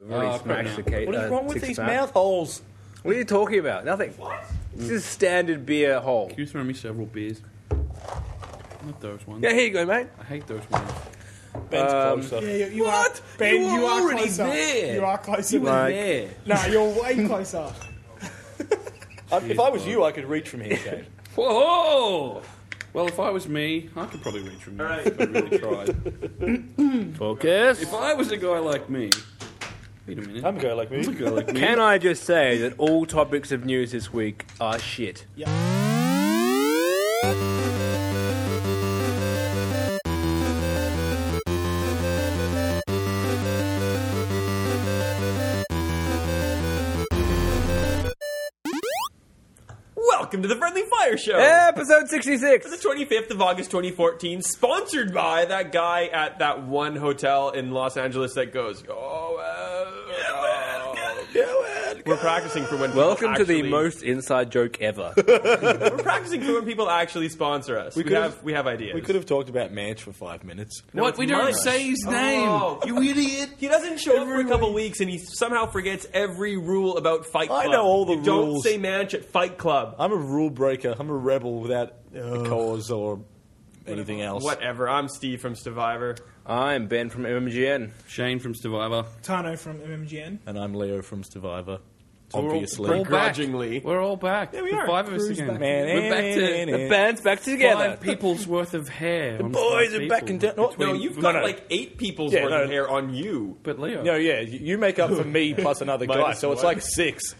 Really Oh, smashed the crap. cake. What is uh, wrong with six these pack. mouth holes? What are you talking about? Nothing. What? This is standard beer hole. You throw me several beers. Not those ones. Yeah, here you go, mate. I hate those ones. Ben's Um, closer. Yeah, you, you What? are. Ben, You you, were are already closer. there. You are closer. were than- Like- there. No, you're way closer. I- if I was you, I could reach from here, Shane. Whoa! Well, if I was me, I could probably reach from there if I really tried. Focus. if I was a guy like me, wait a minute. I'm a guy like me. a guy like me. Can I just say that all topics of news this week are shit? Welcome to the Friendly Fire Show. Episode 66! The 25th of August 2014, sponsored by that guy at that one hotel in Los Angeles that goes, oh, well, We're practicing for when people Welcome to the actually- most inside joke ever. We're practicing for when people actually sponsor us. We, could've- have we have ideas. We could have talked about Manch for five minutes. What? We don't Munch. say his name. Oh. You idiot. He doesn't show up for a couple weeks, and he somehow forgets every rule about Fight Club. I know all the You don't rules. say Manch at Fight Club. I'm a rule breaker. I'm a rebel without a cause or anything else. Whatever. I'm Steve from Survivor. I'm Ben from MMGN. Shane from Survivor. Tano from MMGN. And I'm Leo from Survivor. all- Obviously. we're all back. Begrudgingly. We're all back. Yeah, we are. Five of us Crew's again. back. Man, We're back to The band's back together. five people's worth of hair. The boys are back in town. No, No, you've No, got no. like eight people's Yeah, worth no. of hair on you. But Leo. No, yeah, you you make up for me plus another guy, Minus so it's one. like six.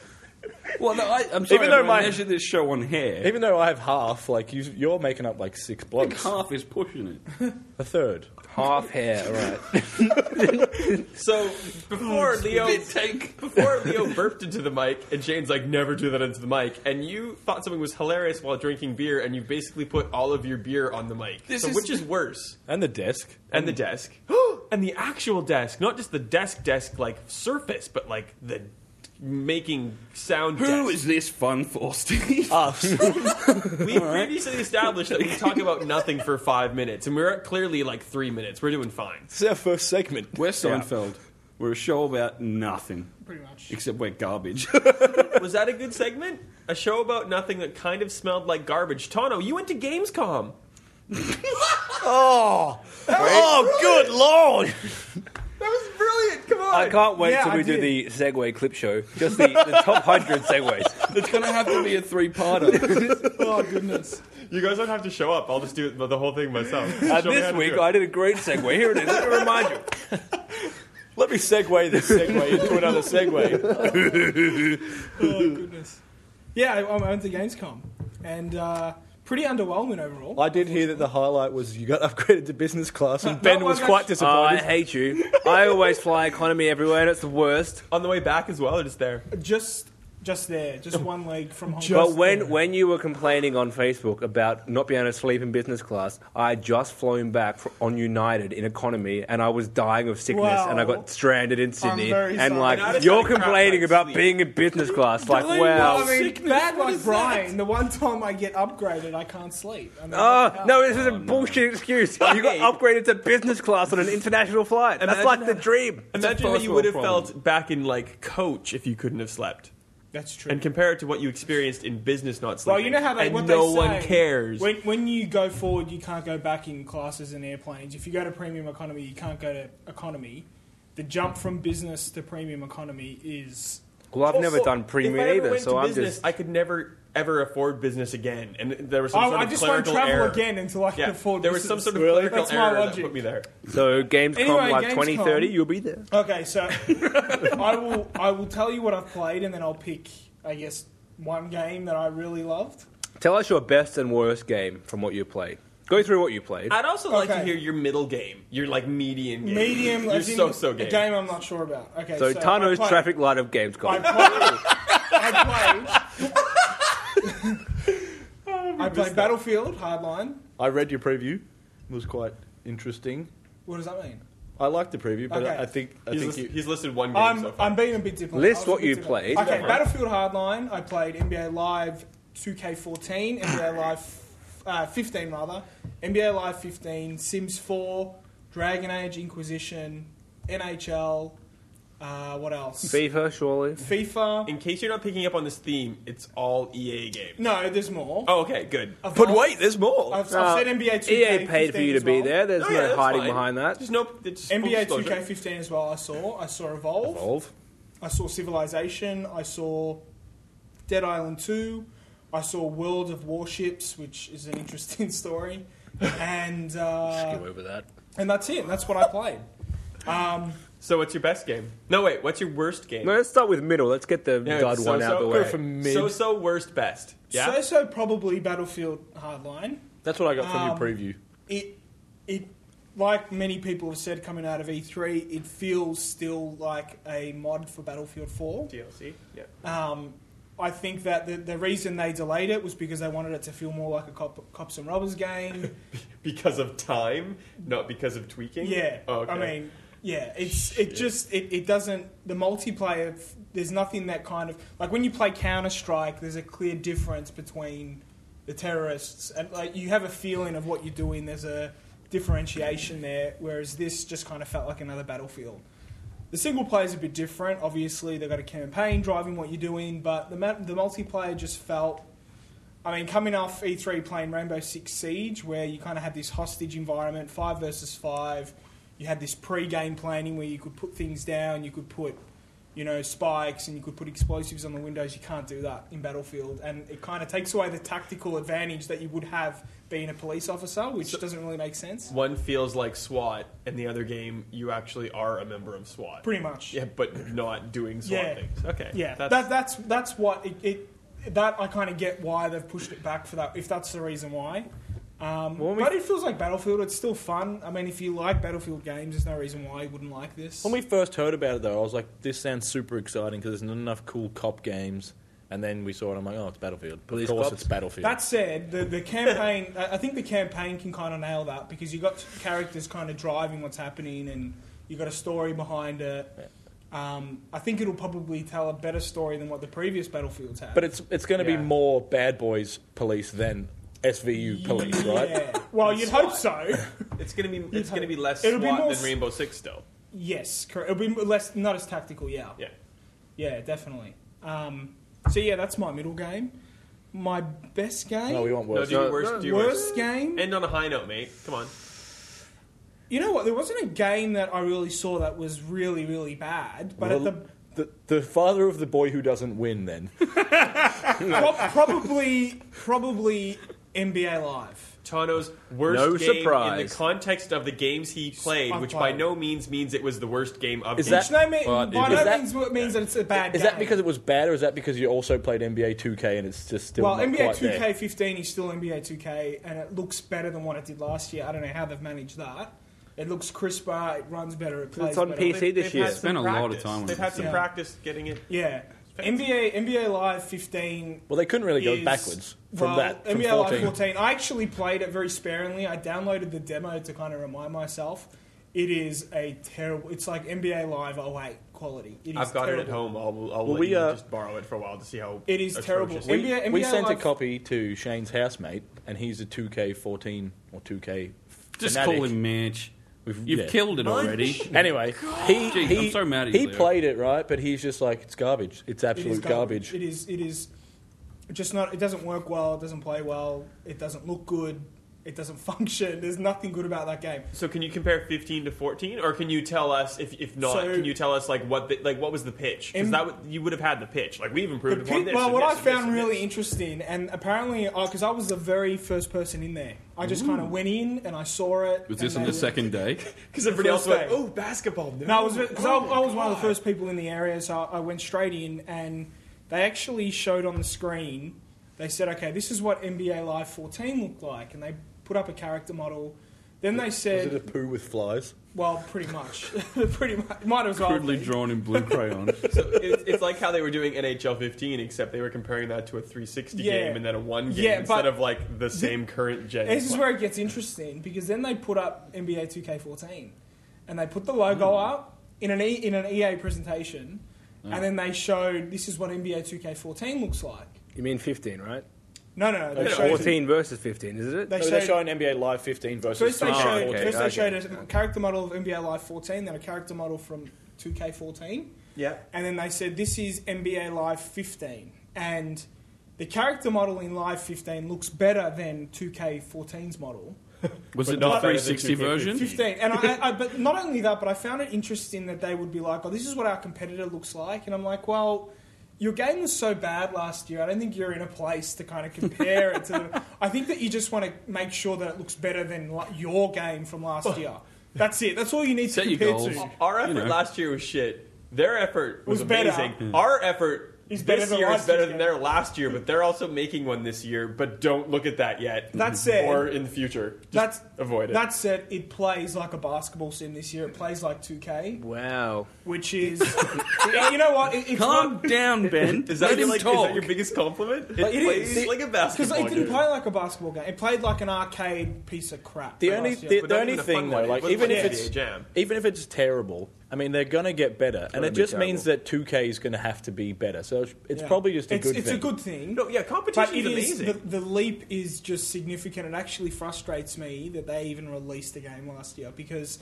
Well, no, I, um, I'm sorry. Even though but I my- measure this show on hair. Even though I have half, like you, you're making up like six like blocks, half is pushing it. a third. Half hair, right. So before Leo take. before Leo burped into the mic and Shane's like never do that into the mic and you thought something was hilarious while drinking beer and you basically put all of your beer on the mic. This so is- which is worse? And the desk. And the desk. and the actual desk, not just the desk desk like surface, but like the making sound Who desk. is this fun for, Steve? Uh, Us. we previously established that we talk about nothing for 5 minutes and we're at clearly like 3 minutes. We're doing fine. This is our first segment. we're Seinfeld. We're a show about nothing. Pretty much. Except we're garbage. Was that a good segment? A show about nothing that kind of smelled like garbage. Tono, you went to Gamescom. Oh, good lord! That was brilliant. Come on. I can't wait Yeah, till we I do did. the Segway clip show. Just the, the top 100 Segways. it's going to have to be a three-parter. Oh, goodness. You guys don't have to show up. I'll just do it- the whole thing myself. Uh, Show me how this to week, do it. I did a great Segway. Here it is. Let me remind you. Let me segue this segue into another segue. Oh, goodness. Yeah, I, I went to Gamescom. And uh, pretty underwhelming overall. I did hear that the highlight was you got upgraded to business class, and Ben No, was I've quite actually- I disappointed. hate you. I always fly economy everywhere, and it's the worst. on the way back as well, or just there. Just just there. Just one leg from Hong Kong. But when, when you were complaining on Facebook about not being able to sleep in business class, I had just flown back fr on United in economy, and I was dying of sickness, Wow. and I got stranded in Sydney. very And sorry. like, And I just you're had a crap complaining night's about sleep. being in business class, like, Dying wow. I mean, Sickness, bad what like is that? Brian, the one time I get upgraded, I can't sleep. I'm Oh, Ah, like, how? no, this is a bullshit excuse. You got Hey. upgraded to business class on an international flight. That's Imagine like the how- dream. Imagine how first you would have world problem. felt back in like coach if you couldn't have slept, That's true. and compare it to what you experienced in business not sleeping. well, you know how they and what no they say, one cares. when when you go forward, you can't go back in classes and airplanes. If you go to premium economy, you can't go to economy. The jump from business to premium economy is Well, I've never Also, done if premium I ever either, went so to I'm business, just. I could never ever afford business again, and there was some Oh, sort I of just won't clerical travel error. again until I can Yeah, afford. there was some business. sort of clerical That's error my that put logic. me there. So Gamescom Anyway, like Gamescom. 2030, you'll be there. Okay, so I will I will tell you what I've played, and then I'll pick I guess one game that I really loved. Tell us your best and worst game from what you played. Go through what you played. I'd also like to Okay. hear your middle game, your like median game. Medium, your as in so so game. A game I'm not sure about. Okay, so, I Tano's played- traffic light of I Gamescom. played. I played. I played Battlefield Hardline. I read your preview; it was quite interesting. What does that mean? I liked the preview, but Okay. I, I think I He's, think listed, you, he's listed one game I'm so far. I'm being a bit different. List I was a what bit you different. played. Go Okay, for it. Battlefield Hardline. I played NBA Live 2K14, NBA Live uh, 15 rather, NBA Live 15, Sims 4, Dragon Age Inquisition, NHL, Uh, what else? FIFA, surely. FIFA. In case you're not picking up on this theme, it's all EA games. No, there's more. Oh, okay, good. I've But got- wait, there's more. I've, I've Uh, said NBA 2K. EA paid for 15 you to as be well. there. There's Oh, yeah, no that's hiding fine. behind that. Just no. It's full NBA disclosure. 2K15 as well. I saw. I saw Evolve. Evolve. I saw Civilization. I saw Dead Island 2. I saw World of Warships, which is an interesting story. And uh, Skim over that. and that's it. That's what I played. Um, So, what's your best game? No, wait. What's your worst game? No, let's start with middle. Let's get the No, dud it's one out the so-so. way. Go for So, so worst, best. Yeah. So so probably Battlefield Hardline. That's what I got from Um, your preview. it it like many people have said coming out of E3, it feels still like a mod for Battlefield 4. DLC. Yeah. Um, I think that the, the reason they delayed it was because they wanted it to feel more like a cop, cops and robbers game. Because of time, not because of tweaking. yeah, Oh, okay. I mean, yeah, it's it just it, it doesn't the multiplayer. f- There's nothing that kind of like when you play Counter Strike. There's a clear difference between the terrorists and like you have a feeling of what you're doing. There's a differentiation there, whereas this just kind of felt like another battlefield. The single player is a bit different. Obviously, they've got a campaign driving what you're doing, but the ma- the multiplayer just felt. I mean, coming off E3 playing Rainbow Six Siege, where you kind of had this hostage environment, five versus five. You had this pre-game planning where you could put things down, you could put, you know, spikes, and you could put explosives on the windows. You can't do that in Battlefield, and it kind of takes away the tactical advantage that you would have being a police officer, which doesn't really make sense. One feels like SWAT, and the other game, you actually are a member of SWAT. Pretty much. yeah, but not doing SWAT Yeah. things. Okay. Yeah, That's, that, that's that's what it, it that I kind of get why they've pushed it back for that if that's the reason why. Um, Well, we- but it feels like Battlefield. It's still fun. I mean, if you like Battlefield games, there's no reason why you wouldn't like this. When we first heard about it, though, I was like, "This sounds super exciting because there's not enough cool cop games." And then we saw it. I'm like, "Oh, it's Battlefield. Police of course, cops. it's Battlefield." that said, the the campaign. I I think the campaign can kind of nail that because you got characters kind of driving what's happening, and you got a story behind it. Um, I think it'll probably tell a better story than what the previous Battlefields had. but it's it's going to Yeah. be more Bad Boys Police than SVU Police, right? Yeah. Well, you'd hope so. it's gonna be. It's gonna be less It'll SWAT be more than s- Rainbow Six. Still. Yes, correct. It'll be less, not as tactical. Yeah, Yeah. yeah, definitely. Um, so yeah, that's my middle game. My best game, No, we want No, worse. do your No, worst. no, do your worst game. End on a high note, mate. Come on. you know what? There wasn't a game that I really saw that was really, really bad. But at the the, the father of the boy who doesn't win, then pro- probably, probably NBA Live. Tano's worst No game in surprise. the context of the games he played, I've which by played. no means means it was the worst game of Is the that- Which no, mean, Well, by is no that- means means means that it's a bad. is game. that because it was bad, or is that because you also played NBA 2K and it's just still well, not NBA quite there? 2K15 is still NBA 2K, and it looks better than what it did last year. I don't know how they've managed that. It looks crisper. It runs better. It plays on better. PC. this year. had some Spent a lot of practice. time on They've this, had some yeah. practice getting it. Yeah. NBA NBA Live 15 Well, they couldn't really go is- backwards from well, that. From NBA 14. Live 14. I actually played it very sparingly. I downloaded the demo to kind of remind myself. It is a terrible. It's like NBA Live 08 quality. It is I've got terrible. it at home. I'll, I'll Well, let we, you uh, just borrow it for a while to see how It is terrible. atrocious We, NBA we NBA sent Live- a copy to Shane's housemate, and he's a 2K14 or 2K. Just fanatic. call him Mitch. We've- You've yeah. killed it already. Anyway, he, Gee, he I'm so mad at you, he Leo. played it right, but he's just like it's garbage. It is It's absolute garbage. It is. It is just not. It doesn't work well. It doesn't play well. It doesn't look good. It doesn't function. There's nothing good about that game. So can you compare 15 to 14, or can you tell us if, if not? So- can you tell us like what the, like what was the pitch? Because Em- that would, you would have had the pitch. Like we've improved The upon pe- this. well, and what this I and this found and really this. interesting, and apparently, because I was the very first person in there, I just kind of went in and I saw it. Was and this on they the were- second day? because everybody else first went, day. oh, basketball. No, No, I was because I, Oh my I was one of the God. first people in the area, so I, I went straight in, and they actually showed on the screen. They said, "Okay, this is what NBA Live 14 looked like," and they put up a character model. Then they Is it a said, poo with flies? "Well, pretty much, pretty much, might as well." Crudely be." drawn in blue crayon. So it's, it's like how they were doing NHL 15, except they were comparing that to a 360 Yeah. game and then a one game Yeah, but- instead of like the same current gen. This is where it gets interesting because then they put up NBA 2K14 and they put the Hmm. logo up in an, e, in an EA presentation and then they showed this is what NBA 2K14 looks like. You mean 15, right? No, no, no. They Okay. showed, 14 versus 15, is it? They No, showed, they're showing Ah, NBA Live 15 versus first they Oh, showed, okay, first they okay. showed a character model of NBA Live 14, then a character model from 2K14. Yeah. And then they said, this is NBA Live 15. And the character model in Live 15 looks better than 2K14's model. Was it not not better than 360 version? 15. And I, I, but not only that, but I found it interesting that they would be like, oh, this is what our competitor looks like. And I'm like, well, your game was so bad last year. I don't think you're in a place to kind of compare it to. The, I think that you just want to make sure that it looks better than like, your game from last year. That's it. That's all you need Set to your compare goals. to. Our effort know. last year was shit. Their effort was, Was better. amazing. Our effort Is better this than year is last better year's than game. their last year, but they're also making one this year. But don't look at that yet. That said- or in the future, Just That's avoid it. That said, it plays like a basketball sim this year. It plays like 2K, Wow. which is you know what? It, it's Calm not, down, Ben. is that, Let your, him like, is talk. that your biggest compliment? It, it plays is. like a because basketball it didn't game. play like a basketball game. It played like an arcade piece of crap. The from only last year. the, But the not only even a fun one. thing though, It like wasn't even like if NBA it's Jam. even if it's terrible, I mean they're gonna get better, and it be just terrible. means that 2K is gonna have to be better. So it's- it's Yeah. probably just a it's, good It's thing. a good thing. No, yeah, But competition it is is amazing. the, the leap is just significant. It actually frustrates me that they even released a game last year because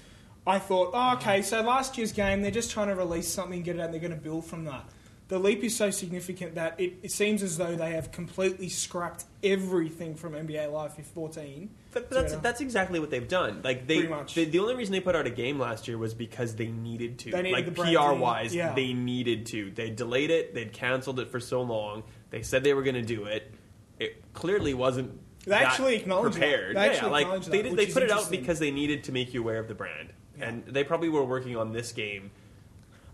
I thought, oh, okay, so last year's game they're just trying to release something, get it out, and they're going to build from that. The leap is so significant that it, it seems as though they have completely scrapped everything from NBA Live 14. But that's Twitter. that's exactly what they've done. Like they, Pretty much. they- the only reason they put out a game last year was because they needed to. They needed the like brand PR team, wise, yeah. they needed to. They delayed it. They'd canceled it for so long. They said they were going to do it. It clearly wasn't. They that actually acknowledged that. prepared. They Yeah, actually like acknowledged they that, did- which they is put it out interesting. because they needed to make you aware of the brand, Yeah. and they probably were working on this game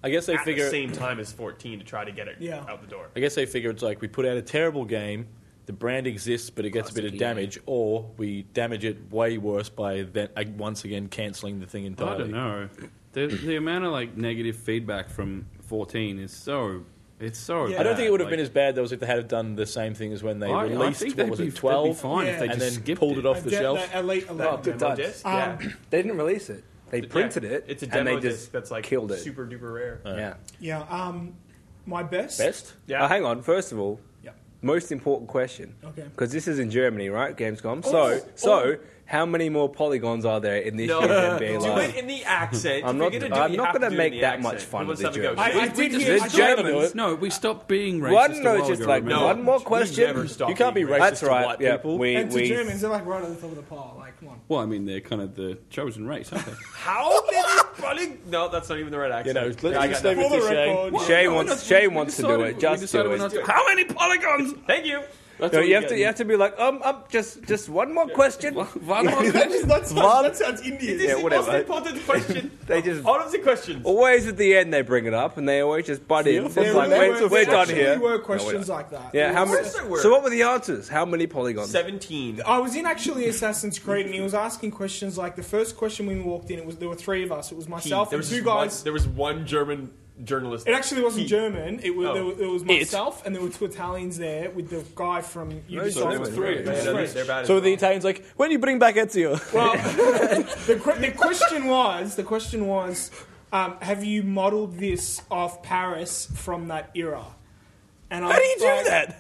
I guess they at figure the same time as 14 to try to get it Yeah. out the door. I guess they figure it's like we put out a terrible game, the brand exists, but it gets a bit of Classic EA. damage, or we damage it way worse by then uh, once again canceling the thing entirely. I don't know. The, the amount of like negative feedback from 14 is so. It's so. Yeah. I don't think it would have bad, been as bad though as if they had done the same thing as when they like, I- I released think what they'd was be- it twelve They'd be fine if Yeah. they and just then skipped pulled it off I the get shelf. that elite, elite. Oh, good Demo times. disc? Um, yeah. They didn't release it. They printed Yeah. it. It's a and demo they just disc that's like killed it. super duper rare. yeah. Yeah. Um, my best. Best. Yeah. Uh, hang on. First of all, Yep. most important question. Okay. Because this is in Germany, right? Gamescom. Oh, so, so how many more polygons are there in this No, year's do NBA Live? it in the accent. I'm If not- you're gonna do it, I'm you not have gonna do it make in the that much accent. fun Who wants of to the have joke. a go? I, I We- we did just- hear. the I thought- German- Germans. No, we stopped being racist. One, a no, while just ago, like remember? one more question. never stop You can't be being racist That's to right. white Yeah, people. we And to we Germans, they're like right on the top of the pile. Like, come on. Well, I mean, they're kind of the chosen race, aren't they? How many running? No, that's not even the right You accent. know, let's Yeah, I just got leave it nothing. For to the Shane. record. Shay No, wants no, Shay we wants to do decided- it. we Just decided do we're it. not doing- How many polygons? Thank you. That's No, all you have get. to you have to be like um um just just one more question. One more That just- that sounds, that sounds Indian. This is the whatever. most important question. They just- Oh. all of the questions. Always at the end they bring it up and they always just butt in. It's There like, were- we're, we're done actually here. were questions like that. Yeah, how There many? was- there were. So what were the answers? How many polygons? Seventeen. I was in actually Assassin's Creed, and he was asking questions like the first question when we walked in. It was there were three of us. It was myself there and was two just one- guys. there was one German journalist. It actually wasn't He- German. It was, Oh. there was there was myself, and there were two Italians there with the guy from Those are Ubisoft. them was three. It Yeah, was no, they're, French. they're bad as So the well. Italians like, when do you bring back Ezio? Well, the, que- the question was the question was, um, have you modelled this off Paris from that era? And How do you do that?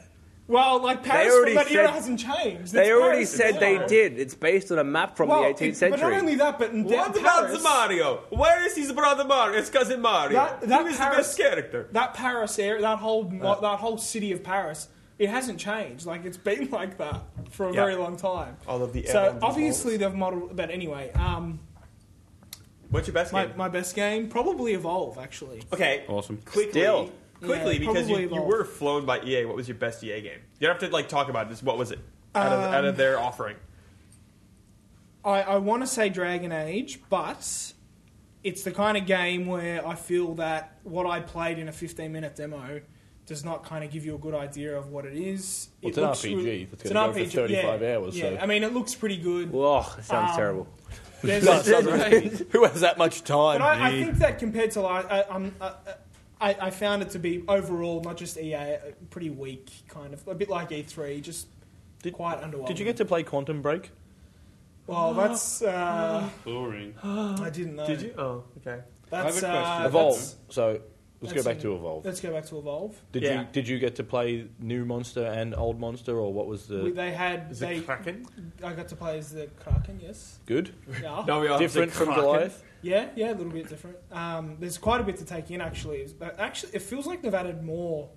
Well, like Paris already from that era said- hasn't changed. They It's already Paris said now. they did. It's based on a map from Well, the it- 18th But not only century. that, but in What that about Paris, the Mario? Where is his brother Mario? It's cousin Mario. That- that Who is Paris- the best character? that Paris area, that whole mo- that whole city of Paris, it hasn't changed. Like it's been like that for a Yeah. very long time. All of the so add-ons obviously they've modeled. But anyway, um, What's your best my, game? my best game probably Evolve actually. okay. Awesome. Quickly, Still. quickly Yeah, because probably you, you Evolve. were flown by EA. What was your best EA game? You don't have to like talk about this. What was it out of, Um, out of their offering? I, I want to say Dragon Age, but it's the kind of game where I feel that what I played in a 15 minute demo does not kind of give you a good idea of what it is. Well, it's It an looks RPG re- that's it's gonna an go for 35 hours, Yeah, so- I mean, it looks pretty good. Oh, it Ah. sounds Um, terrible. There's- No, it sounds Who has that much time? But I, I think that compared to like, I, um, I, I, I found it to be overall not just EA, uh, pretty weak kind of a bit like E3, just Did- quite underwhelming. Did you get to play Quantum Break? Well, that's uh, Boring. I didn't know. Did you? Oh, okay. That's I have a question. uh, Evolve. that's- So Let's That's go back it. to Evolve. Let's go back to Evolve. Did Yeah. you did you get to play new monster and old monster, or what was the We, they had. Is They, it Kraken? I got to play as the Kraken, yes. good? Yeah. No, we all have to say Different from Kraken. Goliath. Yeah, yeah, a little bit different. Um, there's quite a bit to take in, actually. But actually, it feels like they've added more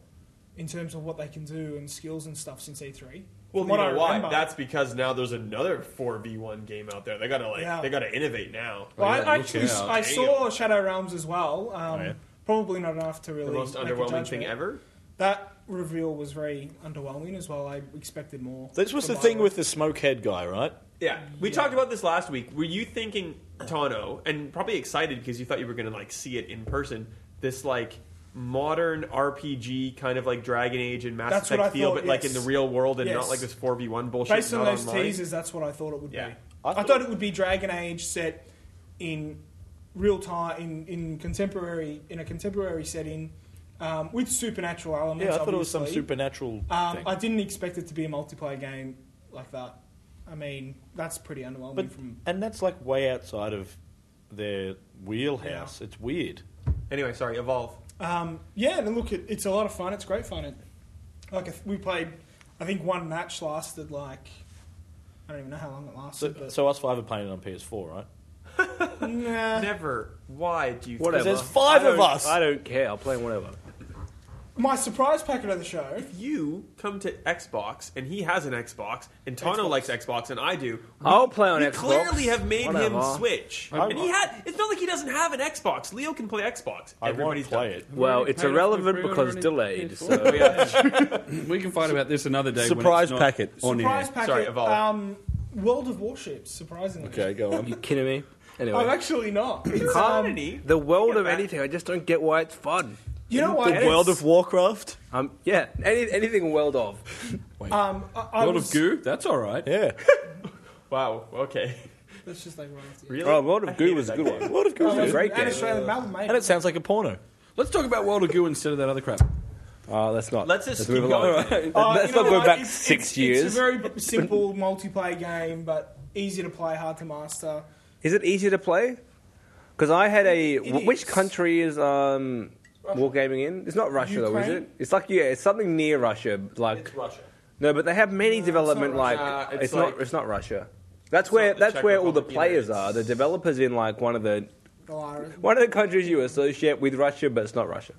in terms of what they can do and skills and stuff since E3. Well, From you know why? remember- That's because now there's another 4v1 game out there. They gotta like, Yeah. they gotta innovate now. Well, yeah, I look actually out. I Damn. saw Shadow Realms as well. Um, Oh, yeah. Probably not enough to really. The most make a underwhelming judgment. thing ever. That reveal was very underwhelming as well. I expected more. This was the from thing Iron. with the smokehead guy, right? Yeah, we Yeah. talked about this last week. Were you thinking Tano and probably excited because you thought you were going to like see it in person? This like modern RPG kind of like Dragon Age and Mass That's what Effect I feel, thought, but like in yes. the real world and not Yes. like this four v one bullshit. Based on not those online. teasers, that's what I thought it would Yeah. be. I I thought- thought, it would be Dragon Age set in real time, in, in contemporary, in a contemporary setting, um, with supernatural elements. Yeah, I thought it was E. some obviously. supernatural Um, thing. I didn't expect it to be a multiplayer game like that. I mean, that's pretty underwhelming. but from and that's like way outside of their wheelhouse. It's weird. Anyway, sorry, evolve. um, yeah, and look, it, it's a lot of fun. It's great fun. It, like if we played, I think one match lasted like I don't even know how long it So, lasted. so us five are playing it on PS4, right? but nah. Never. Why do you? Whatever. there's five I of don't- us. I don't care. I'll play whatever. My surprise packet of the show. If you come to Xbox and he has an Xbox and Tano Xbox. likes Xbox and I do, I'll play on we Xbox. clearly have made Whatever. him switch. I- and he had. It's not like he doesn't have an Xbox. Leo can play Xbox. I want Everybody's to play done. it. Well, Already it's paid off my irrelevant pre-order because on delayed. PS4. So We can fight about this another day. Surprise when it's not packet. On Surprise air. packet. Sorry, Evolve. Um, World of Warships. Surprisingly, Okay, go on. you kidding me? Anyway, I'm Oh, actually not. It's, Not um, any. the world Get of back. anything. I just don't get why it's fun. you know what? The It's- World of Warcraft. Um, yeah, any, anything world of. Um, I, I World was, of Goo. That's all right. Yeah. Wow. Okay. That's just like right after you. Really? Oh, World of I Goo hated was a that good game. one. World of Goo was Oh, a great and game. Australian Mountain, mate. And it sounds like a porno. Let's talk about World of Goo instead of that other crap. Uh, let's not. Let's just move keep along. going. Oh, Uh, Let's you know not go what? back It's- six it's- years. It's a very b- simple multiplayer game, but easy to play, hard to master. Is it easy to play? Because I had a. It wh- which is. country is um, Wargaming in? It's not Russia, though, is Ukraine? it? It's like yeah, it's something near Russia. Like It's Russia. no, but they have many development. Like Russia. Nah, it's, it's not. like- It's not Russia. That's It's where. not the That's Czech where all the Republic either, players it's- are. The developers in like one of the Goliath. one of the countries you associate with Russia, but it's not Russia.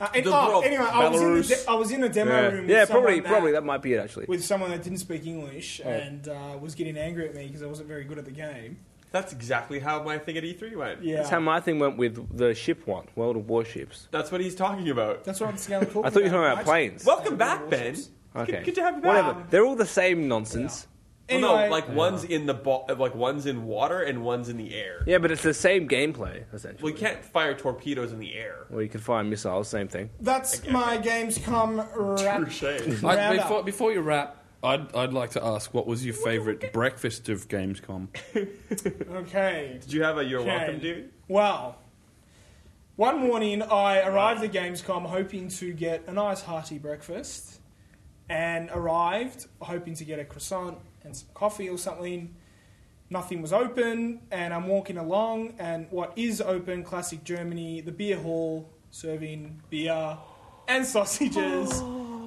Uh, and, The oh, Grub, anyway, I was, in the Belarus. de- I was in a demo Yeah, room. With yeah probably. someone that, probably that might be it actually. With someone that didn't speak English and uh, was getting angry at me because I wasn't very good at the game. That's exactly how my thing at E3 went. Yeah, That's how my thing went with the ship one, World of Warships. That's what he's talking about. That's what I'm scared of talking I thought you were about. talking about right? planes. Welcome Yeah, back, Warships. Ben. It's Okay. Good, good to have you back. Whatever. They're all the same nonsense. Well, Anyway, no, like one's in the bo- like one's in water and one's in the air. Yeah, but it's the same gameplay essentially. Well, you can't fire torpedoes in the air. Well, you can fire missiles, same thing. that's Okay. my Gamescom wrap. Touche. I, Round before, up. before you wrap, I'd, I'd like to ask what was your favourite breakfast of Gamescom? Okay. Did you have a you're Okay. welcome, dude? Well, one morning I arrived at Gamescom hoping to get a nice hearty breakfast, and arrived hoping to get a croissant and some coffee or something. Nothing was open, and I'm walking along, and what is open, classic Germany, the beer hall serving beer and sausages.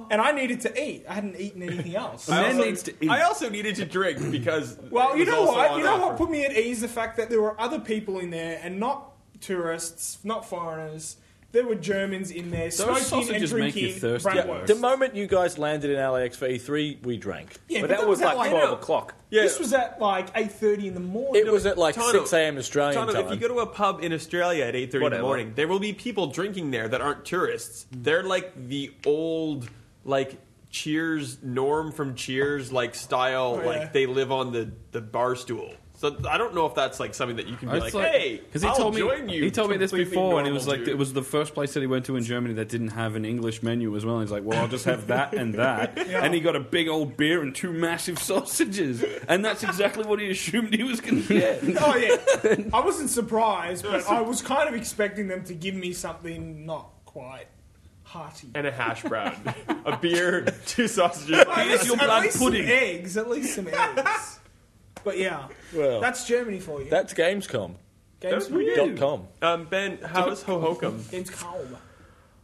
And I needed to eat. I hadn't eaten anything else. I Man also, needs to eat. I also needed to drink because. Well, it you was know also what? on You know offer. what put me at ease? The fact that there were other people in there and not tourists, not foreigners. There were Germans in there smoking and sausages make you drinking thirsty, bratwurst. The moment you guys landed in LAX for E3, we drank. Yeah, but that, was at like like, 12 o'clock. Yeah. This was at like eight thirty in the morning. It was at like Tano, 6 a.m. Australian John, time. if you go to a pub in Australia at 8.30 in Whatever. the morning, there will be people drinking there that aren't tourists. They're like the old, like, Cheers, Norm from Cheers, like, style, Oh, yeah. like, they live on the, the bar stool. So I don't know if that's, like, something that you can be like, hey, because he I'll told join me you. he told me this completely before, and it normal was like dude." it was the first place that he went to in Germany that didn't have an English menu as well. And he's like, well, I'll just have that and that, and he got a big old beer and two massive sausages, and that's exactly what he assumed he was going to get. oh yeah, I wasn't surprised, but I was kind of expecting them to give me something not quite hearty. And a hash brown. a beer, two sausages. At least- your at blood least pudding. some eggs, at least some eggs. But yeah, Well. that's Germany for you. That's Gamescom. Games, Dot com. Um, ben, how is Hohokam? games calm.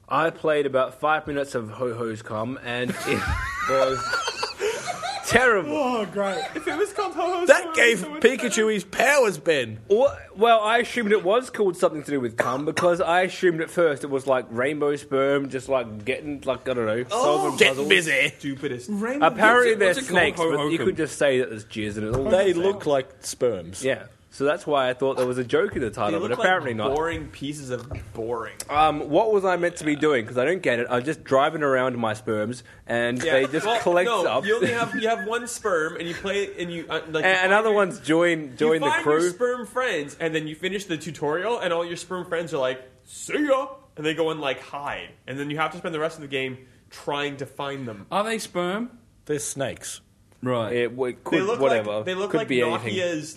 I played about five minutes of Ho Ho's Come, and it was terrible. Oh, great. If it was called Ho Ho, That gave Pikachu his powers, Ben. Wha- Well, I assumed it was called something to do with cum because I assumed at first it was like rainbow sperm, just like getting, like, I don't know, solving Get puzzles. busy. stupidest. Rainbow Apparently What's it- they're what's it called? snakes, but you Ho-Hokum. could just say that there's jizz in it. all the They same. look like sperms. Yeah. So that's why I thought there was a joke in the They title, look but apparently like not. Boring pieces of boring. Um, what was I meant to be doing? Because I don't get it. I was just driving around my sperms, and they just well, collect no, up. You only have you have one sperm, and you play and you uh, like. and you another find one's join your- join you the find crew. Your sperm friends, and then you finish the tutorial, and all your sperm friends are like, "See ya," and they go and like hide, and then you have to spend the rest of the game trying to find them. Are they sperm? They're snakes. Right. It, w- it could They look whatever. like they look could like be Nokia's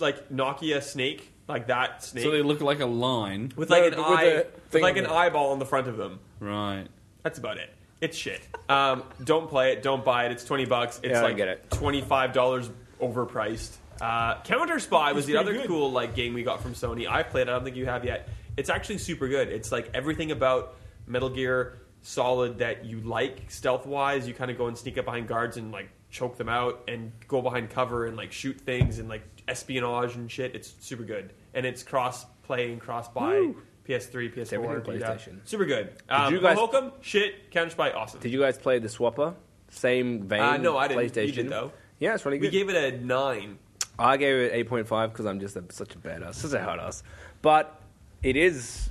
anything. like Nokia snake, like that snake So they look like a line. with like No, an but with eye, a with thing like on an it. eyeball on the front of them. Right. That's about it. It's shit. Um, don't play it. Don't buy it. It's twenty bucks. It's Yeah, I like get it. twenty five dollars overpriced. Uh, Counter Spy was the pretty other good. cool like game we got from Sony. I played. it. I don't think you have yet. It's actually super good. It's like everything about Metal Gear Solid that you like stealth wise. You kind of go and sneak up behind guards and like choke them out and go behind cover and like shoot things and like espionage and shit. It's super good and it's cross play and cross buy. PS3, PS4, everything Vita. PlayStation. Super good. Um, you guys- Welcome, shit, Counter Spy, awesome. Did you guys play the Swapper? Same vein. Uh, no, I didn't. You PlayStation. did, though. Yeah, it's really we good. gave it a nine. I gave it eight point five because I'm just a, such a badass, such a hard ass. But it is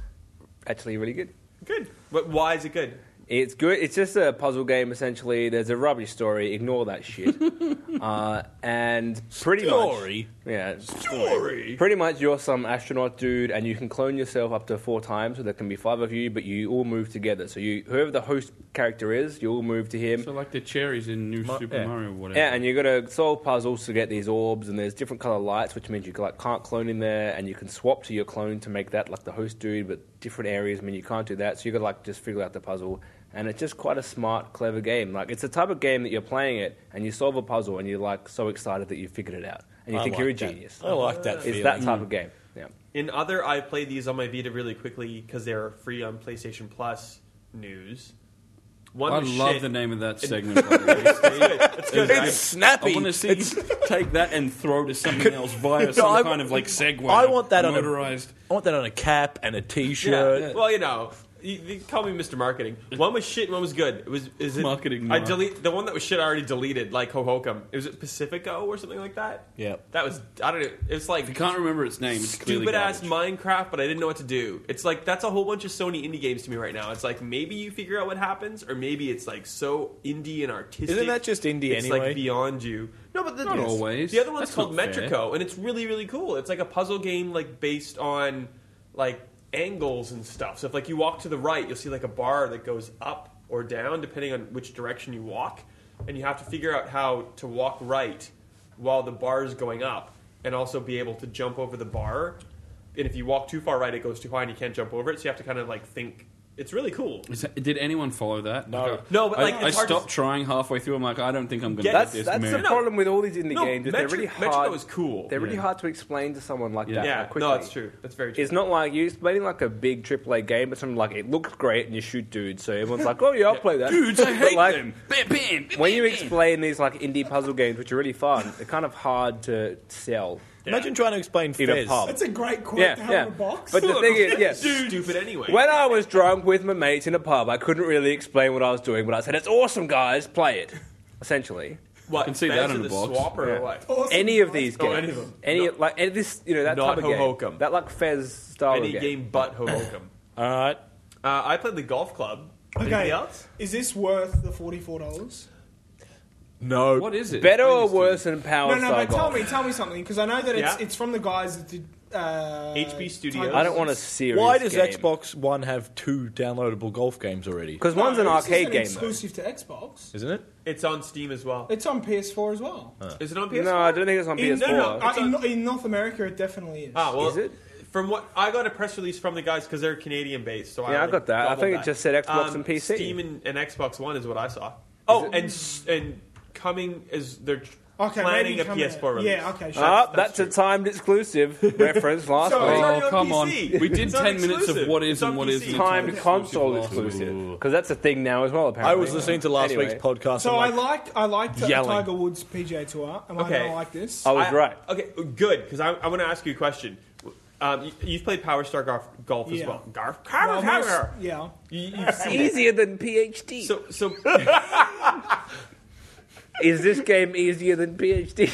actually really good. Good. But why is it good? It's good. It's just a puzzle game essentially. There's a rubbish story. Ignore that shit. uh, and pretty Story? much, yeah, Story. Pretty much, you're some astronaut dude, and you can clone yourself up to four times. So there can be five of you, but you all move together. So you, whoever the host character is, you all move to him. So like the cherries in New Ma- Super yeah. Mario, or whatever. Yeah, and you got to solve puzzles to get these orbs, and there's different color lights, which means you like can't clone in there, and you can swap to your clone to make that like the host dude, but different areas mean you can't do that. So you got to like just figure out the puzzle, and it's just quite a smart, clever game. Like it's the type of game that you're playing it, and you solve a puzzle, and you're like so excited that you figured it out, and you I think like you're a that. genius. I like that It's feeling. that type of game. Mm. Yeah. In other, I played these on my Vita really quickly because they're free on PlayStation Plus news. One I was love shit. the name of that segment. by the way. It's good. It's It's I snappy. want to see you take that and throw to something else via some I- kind of like segue. I want that on a- motorized. I want that on a cap and a t-shirt. Yeah. Well, you know, you, you call me Mr. Marketing. One was shit, and one was good. It was is it Marketing I Mark. delete the one that was shit. I already deleted, like Hohokam. It was it Pacifico or something like that. Yep. that was I don't know. It's like If you can't remember its name, it's clearly stupid ass garbage. Minecraft, but I didn't know what to do. It's like that's a whole bunch of Sony indie games to me right now. It's like maybe you figure out what happens, or maybe it's like so indie and artistic. Isn't that just indie It's anyway? like beyond you. No, but the, Not always. The other one's That's called not fair. Metrico, and it's really really cool. It's like a puzzle game, like based on like angles and stuff. So if like you walk to the right, you'll see like a bar that goes up or down depending on which direction you walk, and you have to figure out how to walk right while the bar is going up, and also be able to jump over the bar. And if you walk too far right, it goes too high, and you can't jump over it. So you have to kind of like think. It's really cool. Is that- did anyone follow that? No. Like, I- No, but, like, I, I it's hard to- stopped trying halfway through. I'm like, I don't think I'm going to Yeah, get That's this. that's man. the problem with all these indie No, games. Is they're Metro- really Metro hard. is cool. They're really Yeah. hard to explain to someone like Yeah. that. Yeah, like, quickly. no, that's true. That's very true. It's not like you playing like a big AAA game, but something like it looks great and you shoot dudes, so everyone's like, "Oh yeah, I'll play that." Dudes, I But, hate like, them. Bam, bam, bam, When you bam. explain these like indie puzzle games, which are really fun, they're kind of hard to sell. Imagine trying to explain In a Fez. pub. That's a great quote Yeah, to have yeah. in a box. But the thing is, yes. stupid anyway. When I was drunk with my mates in a pub, I couldn't really explain what I was doing, but I said, "It's awesome, guys, play it." Essentially, What, can see Fez that or in the box. Swap or Yeah. what? Awesome. any of these Oh, games, any of them. any No. like and this, you know, that Not type of game, Hohokam. that like Fez style Any of game. game but Hoboken. All right. uh, I played the golf club. Anything Okay. else? Is this worth the forty-four dollars? No. What is it? Better Explain or this to me. worse than Power no, no. Star But tell Golf? me, tell me something because I know that it's Yeah. it's from the guys that did uh, HP Studios. I don't want a serious. Why does game. Xbox One have two downloadable golf games already? Because No, one's an this arcade isn't game. though. exclusive to Xbox. Isn't it? It's on Steam as well. It's on PS4 as well. Is it on PS4? No, I don't think it's on In, PS4. no, no, It's uh, in, on- in North America, it definitely is. Ah, well, Is it? From what I got a press release from the guys because they're Canadian based. So I Yeah, I only got that. I doubled Um, think it just said Xbox and PC. Steam and, and Xbox One is what I saw. Oh, and s- and coming is they're tr- Okay, planning maybe a coming PS4 out. release. Yeah, okay, sure. Ah, that's, that's a timed exclusive reference last So it's week. already Oh, come on on. PC. We did It's 10 minutes of exclusive. what is It's and on what PC. isn't. timed Yeah. console Exclusive last exclusive week. because that's a thing now as well. Apparently, I was listening to last Anyway, week's podcast. So and I like, liked I liked uh, Yelling. Oh. Tiger Woods PGA Tour. Am I Okay. going to like this? I was I- right. Okay, good. Because I, I want to ask you a question. Um, you, you've played Power Star Golf, golf as Yeah. well. Garf, Power, Well, most- Power. yeah. You, have seen it. Easier than PhD. So, so Is this game easier than PhD?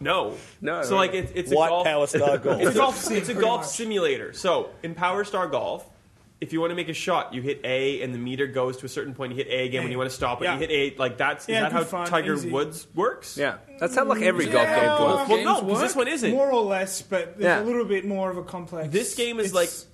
no, No. So like it's it's a White golf, Power Star It's a Golf. golf. sim, It's a pretty golf much. simulator. So in Power Star Golf, if you want to make a shot, you hit A, and the meter goes to a certain point. You hit A again when you want to stop it. Yeah. You hit A. Like that's Yeah, is that how good fun, Tiger easy. Woods works? yeah, that sounds like every Yeah. golf game. Golf does. Well, no, games because this work one isn't. More or less, but there's Yeah. a little bit more of a complex. This game is it's- like,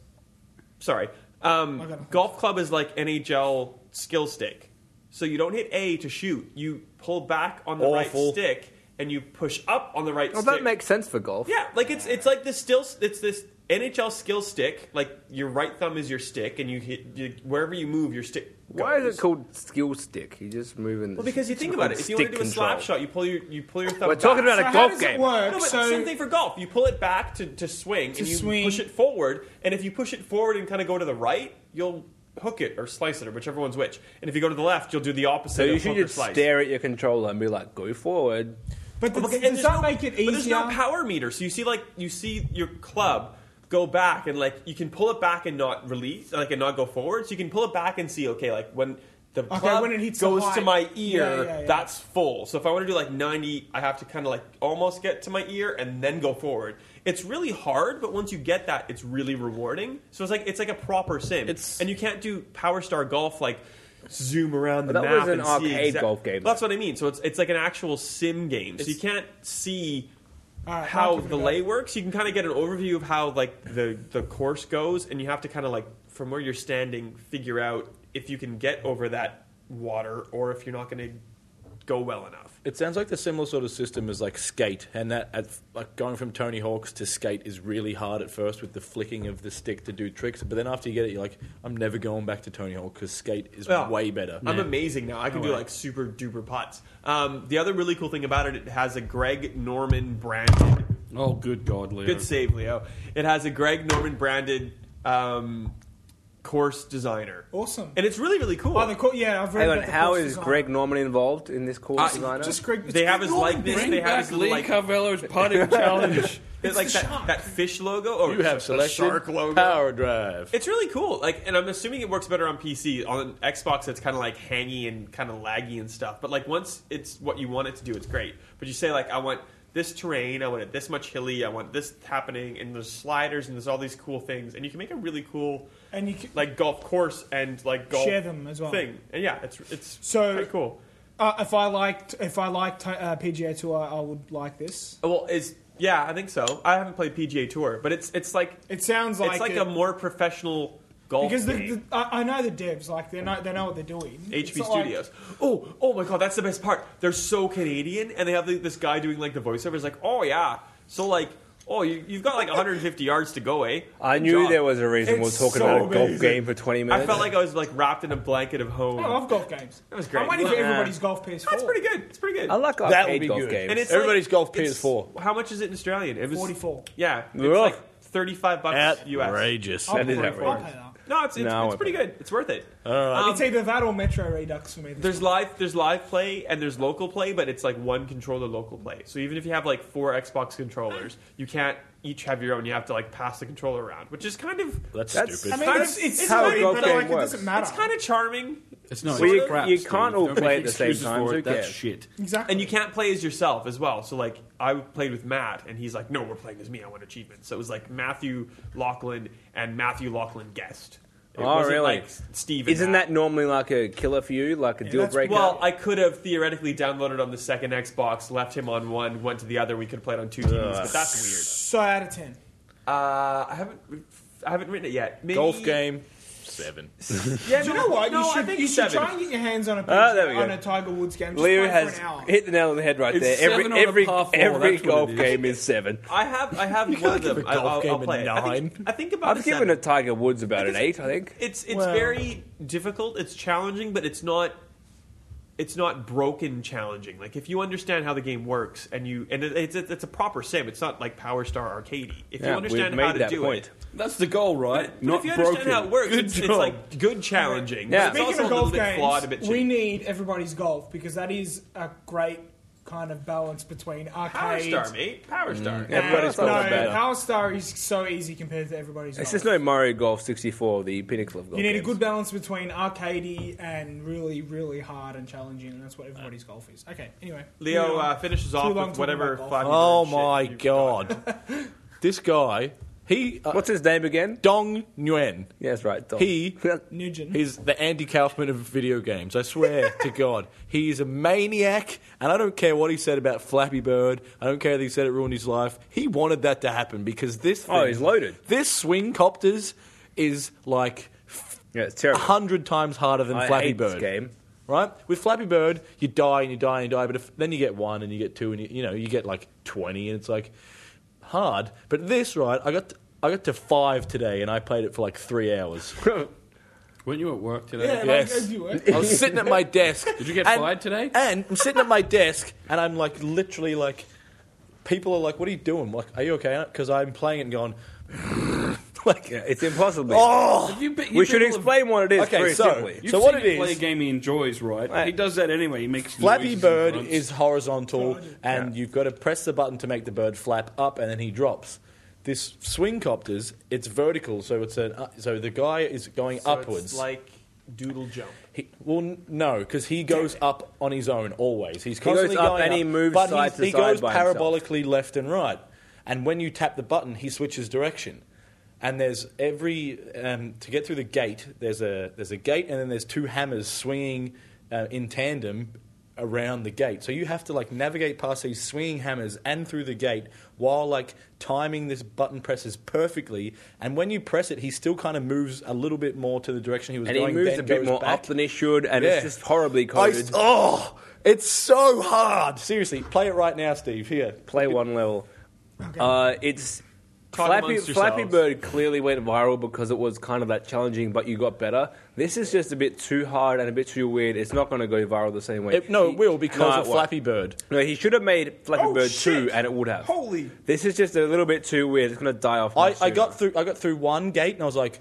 sorry, um, I got- golf club is like NHL skill stick. So you don't hit A to shoot. You pull back on the Awful. right stick and you push up on the right Well, stick. Oh, that makes sense for golf. yeah, like it's it's like this still it's this NHL skill stick. Like your right thumb is your stick, and you hit you, wherever you move, your stick. Why is goes. it called skill stick? You just moving. Well, because you think about it. If you want to do a slap shot, you pull your you pull your thumb. We're talking about back. so a how golf does game. It work? No, but so same thing for golf. You pull it back to, to swing, and you swing. push it forward. And if you push it forward and kind of go to the right, you'll hook it or slice it or whichever one's which. And if you go to the left, you'll do the opposite. So you of should hook or just slice. stare at your controller and be like, "Go forward." but does, Okay, and does there's that no- make it But there's no easier? power meter, so you see like you see your club go back and like you can pull it back and not release, like and not go forward. So you can pull it back and see okay, like when. The club when it hits the goes high- to my ear. Yeah, yeah, yeah. That's full. So if I want to do like 90, I have to kind of like almost get to my ear and then go forward. It's really hard, but once you get that, it's really rewarding. So it's like it's like a proper sim. It's- and you can't do Power Star Golf like zoom around the But that map was an and see arcade exact- golf game, Well, that's what I mean. So it's it's like an actual sim game. So you It's- can't see All right, I'll how give it the a go. lay works. You can kind of get an overview of how like the the course goes, and you have to kind of like from where you're standing figure out if you can get over that water or if you're not going to go well enough. It sounds like the similar sort of system is like skate, and that at, like going from Tony Hawk's to skate is really hard at first with the flicking of the stick to do tricks. But then after you get it, you're like, I'm never going back to Tony Hawk because skate is Well, way better. I'm amazing now. I can do like super duper putts. Um, the other really cool thing about it, it has a Greg Norman branded Oh, good God, Leo. Good save, Leo. It has a Greg Norman branded um, course designer. Awesome. And it's really, really cool. Oh, the court, yeah, I've read Hang on, about the how course is design. Greg Norman involved in this course Uh, designer? Just Greg. they have his likeness. Bring they have back his Lee little, like, Carvello's putting challenge. it's like the that, shark. that fish logo. Or you have the selection shark logo. power drive. It's really cool. Like, and I'm assuming it works better on PC. On Xbox, it's kind of like hangy and kind of laggy and stuff. But like, once it's what you want it to do, it's great. But you say like, I want this terrain. I want it this much hilly. I want this happening. And there's sliders and there's all these cool things. And you can make a really cool And you can, like golf course and like golf Share them as well. thing. And yeah, it's it's So- pretty cool. uh, if I liked if I liked uh, PGA Tour, I would like this. Well, is yeah, I think so. I haven't played PGA Tour, but it's it's like It sounds like it's like it- a more professional golf because the, game. the, I, I know the devs like they know they know what they're doing. It's HB not like- Studios. oh, oh my god, that's the best part. They're so Canadian, and they have the, this guy doing like the voiceovers, like, oh yeah, so like, oh, you, you've got like 150 yards to go, eh? I Good knew job. there was a reason we were It's talking so about a golf amazing. game for 20 minutes. I felt like I was like wrapped in a blanket of home. I love golf oh, games. That was great. I'm waiting for Yeah. everybody's golf PS4. That's pretty good. It's pretty good. I like That would arcade be golf good. games. And it's Everybody's like, golf it's- PS4. How much is it in Australian? It was 44. Yeah, it's Ugh. like thirty-five bucks US. Outrageous. I'll That pay is that. I'll pay outrageous. that. No, it's it's, No, it's I pretty bet. good. It's worth it. it's either that or Metro Redux for me. This Um, There's live, there's live play, and there's local play, but it's like one controller local play. So even if you have like four Xbox controllers, you can't each have your own. You have to like pass the controller around, which is kind of That's, That's- I stupid. mean, kind it's, of- it's, it's how not golf but game like, works. it doesn't matter. it's kind of charming, It's not. Well, it's you- crap, you Steve. can't all Don't play make at the same excuses time, for who it. That's cares? shit. exactly. and you can't play as yourself as well. So like I played with Matt, and he's like, "No, we're playing as me. I want achievements." So it was like Matthew Lachlan and Matthew Lachlan guest. It Oh, wasn't really? Like Steve. and Isn't Matt. that normally like a killer for you, like a deal that's- breaker? Well, I could have theoretically downloaded on the second Xbox, left him on one, went to the other. We could have played on two TVs, but that's So out of ten, weird. Uh, I haven't, I haven't written it yet. Maybe, Golf game seven. Yeah, do you no, know what? No, you I should think you should seven. Oh, try and get your hands on a Ah, there we on go. a Tiger Woods game. Just Leo play has for an hour. hit the nail on the head right It's there. seven Every on a every par four, every that's what golf it is. game is seven. I have, I have one of give them. a I- golf I'll, game I'll a play it. I think, nine. I think about I've a seven. given a Tiger Woods about an Because eight, I think. It's it's Well- very difficult. It's challenging, but it's not. it's not broken challenging. Like if you understand how the game works and you and it, it's it's a proper sim. It's not like Power Star Arcade. If you Yeah, understand we've made how to that do point. it, That's the goal, right? but Not if you broken. understand how it works, Good it's, job. it's like good challenging. Yeah. but it's Speaking also of a little golf bit flawed, a bit games, we cheap. need everybody's golf because that is a great kind of balance between Power arcade. Star, mate. Power Star. Yeah. Everybody's no, golf is better. Power Star is so easy compared to everybody's It's golf. just no Mario Golf 64, the pinnacle of golf. you need a games. good balance between arcadey and really, really hard and challenging, and that's what everybody's golf is. Okay, anyway. Leo moving on. uh, finishes Too off long with talking whatever. about golf. Flappy Bird shit you've Oh my got. god, this guy, he uh, What's his name again? Dong Nguyen. Yeah, that's right. Dom. He Nugent. is the Andy Kaufman of video games. I swear to God, he is a maniac, and I don't care what he said about Flappy Bird. I don't care that he said it ruined his life. He wanted that to happen because this. Oh, thing- he's loaded. This swing copters is like yeah, it's a terrible. hundred times harder than I Flappy hate Bird this game. right? With Flappy Bird, you die and you die and you die, but if, then you get one and you get two and you, you know you get like twenty and it's like hard. But this, right? I got to, I got to five today and I played it for like three hours. Weren't you at work today? yeah, yes. like, as you were. I was sitting at my desk. Did you get and- fired today? And I'm sitting at my desk and I'm like literally like, people are like, "What are you doing? I'm like, are you okay?" Because I'm playing it and going, like, Yeah, it's impossible. oh. Have you been- you we should people have- explain what it is Okay, very so- simply. You've So what seen it him play is- a game he enjoys, right? Right. He does that anyway. He makes Flappy noises and Bird grunts. is horizontal, and you've got to press the button to make the bird flap up, and then he drops. This swing copters, it's vertical, so it's an, uh, so the guy is going So it's upwards. like doodle jump. He, well, n- no, because he goes up on his own always. He's goes constantly up going and he moves but side he's- to he side goes by himself. parabolically left and right. And when you tap the button, he switches direction. And there's every um, to get through the gate. There's a there's a gate, and then there's two hammers swinging uh, in tandem around the gate. So you have to like navigate past these swinging hammers and through the gate while like timing this button presses perfectly. And when you press it, he still kind of moves a little bit more to the direction he was And he going. moves then a bit goes more back. up than he should, and it's Yeah. just horribly coded. I- oh, it's so hard. Seriously, play it right now, Steve. Here. Play one level. Uh, it's Talk Flappy, amongst Flappy yourselves. Bird clearly went viral because it was kind of that challenging, but you got better. This is just a bit too hard and a bit too weird. It's not going to go viral the same way. It- no, He- it will because No, it of won't. Flappy Bird. No, he should have made Flappy Oh, Bird shit. 2, and it would have. Holy. This is just a little bit too weird. It's going to die off. I, much I sooner. got through. I got through one gate, and I was like,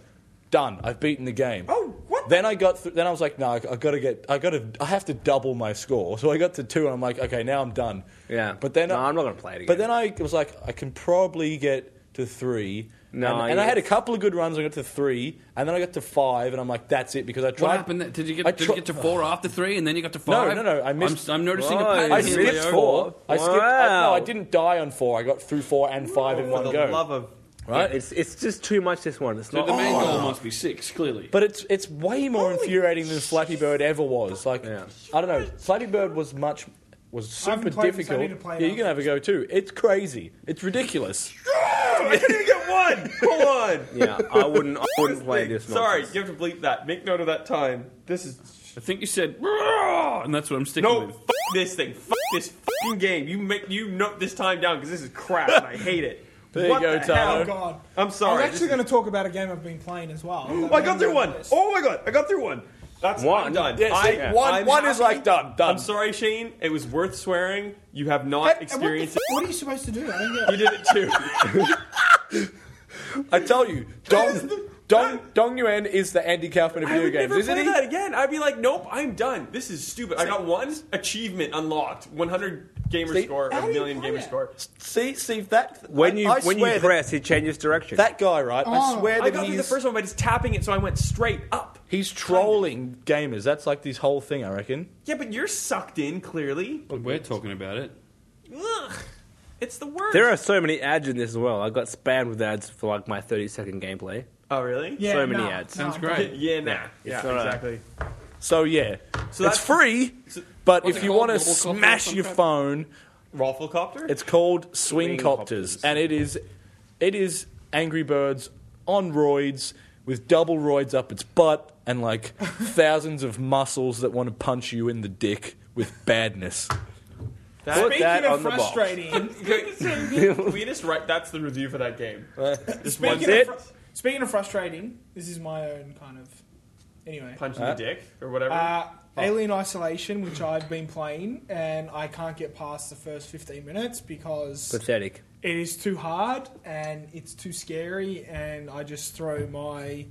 "Done. I've beaten the game." Oh, what Then I got. Through, then I was like, "No, I, I gotta get. I gotta. I have to double my score." So I got to two, and I'm like, "Okay, now I'm done." Yeah. But then No, I, I'm not gonna play it But again. then I was like, "I can probably get to three. No, and, I- and I had a couple of good runs. I got to three, and then I got to five, and I'm like, "That's it," because I tried. What happened? That, did you get? I did you tri- get to four after three, and then you got to five? no, no, I missed- I'm, I'm noticing Whoa, a pattern. I Hey, skipped Leo. four. I skipped. I, no, Wow. I didn't die on four. I got through four and five in For one the go. love of right? Yeah, it's it's just too much. This one. It's So not. the main goal must be six, clearly. but it's it's way more infuriating than Flappy Bird ever was. Like Yeah. I don't know, Flappy Bird was much was I super haven't played this, I difficult. need to play it yeah, you can after. have a go too. It's crazy. It's ridiculous. I didn't even get one. Hold on. yeah, I wouldn't. I wouldn't play this. Sorry, nonsense. you have to bleep that. Make note of that time. This is I think you said, "Rah!" and that's what I'm sticking no with. f- this thing. F- this fucking game. You make you note this time down because this is crap. and I hate it. There you What go, the Tyler. hell? Oh God! I'm sorry. I'm actually this going to talk about a game I've been playing as well. is- Oh, I got through one. Oh my god, I got through one. That's One. I'm done. Yeah, see, I, one- I'm one is happy. like done, done. I'm sorry, Shane. It was worth swearing. You have Hey, not what, experienced the f- what are you supposed to do? I don't it. get You it. did it too. I tell you, is Dong the- Dong Dong Yuan is the Andy Kaufman of I video would games, never isn't play he? that again. I'd be like, nope, I'm done. This is stupid. I got one achievement unlocked, 100 gamer See, score, how a do you million play gamer it? score. See, Steve, that When I- you I when swear you that- press, it changes direction. that, guy, right? I Oh. swear I that got through the he's first one by just tapping it, so I went straight up. he's trolling gamers. That's like this whole thing, I reckon. Yeah, but you're sucked in clearly. We're talking about it. Ugh, it's the worst. there are so many ads in this as well. I got spammed with ads for like my 30 second gameplay. oh really? Yeah, So many nah, ads. nah, Sounds I don't great. get it. Yeah, nah. Yeah, not a- exactly. So yeah, So it's that's- free. But what's if it you called? want to Mobile copter or smash your something? phone, Rafflecopter? it's called Swing Copters. Copters, and it is it is Angry Birds on roids with double roids up its butt and like thousands of muscles that want to punch you in the dick with badness. That- Put that Speaking on of the box. frustrating, Can we just write that's the review for that game. Just one speaking of, fru- speaking of frustrating, this is my own kind of Anyway. punch Oh. in Huh? the dick or whatever. Uh, Alien Isolation, which I've been playing, and I can't get past the first 15 minutes because Pathetic. it is too hard and it's too scary, and I just throw my.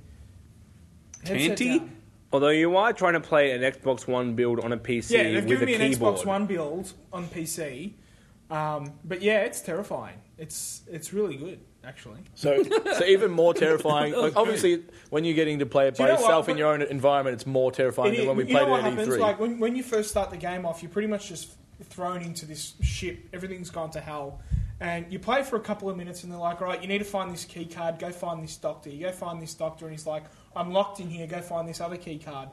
headset Tanty? down. Although you are trying to play an Xbox One build on a PC Yeah, they've with given me a an keyboard. Xbox One build on PC. Um, but yeah, it's terrifying. It's it's really good, actually. So, so even more terrifying. Like, obviously, when you're getting to play it Do by you know what? yourself in your own environment, it's more terrifying It than is- when we you played know what it E at happens? E3. Like when, when you first start the game off, you're pretty much just thrown into this ship. Everything's gone to hell, and you play for a couple of minutes, and they're like, "All right, you need to find this key card. Go find this doctor. You go find this doctor, and he's like, "I'm locked in here. Go find this other key card."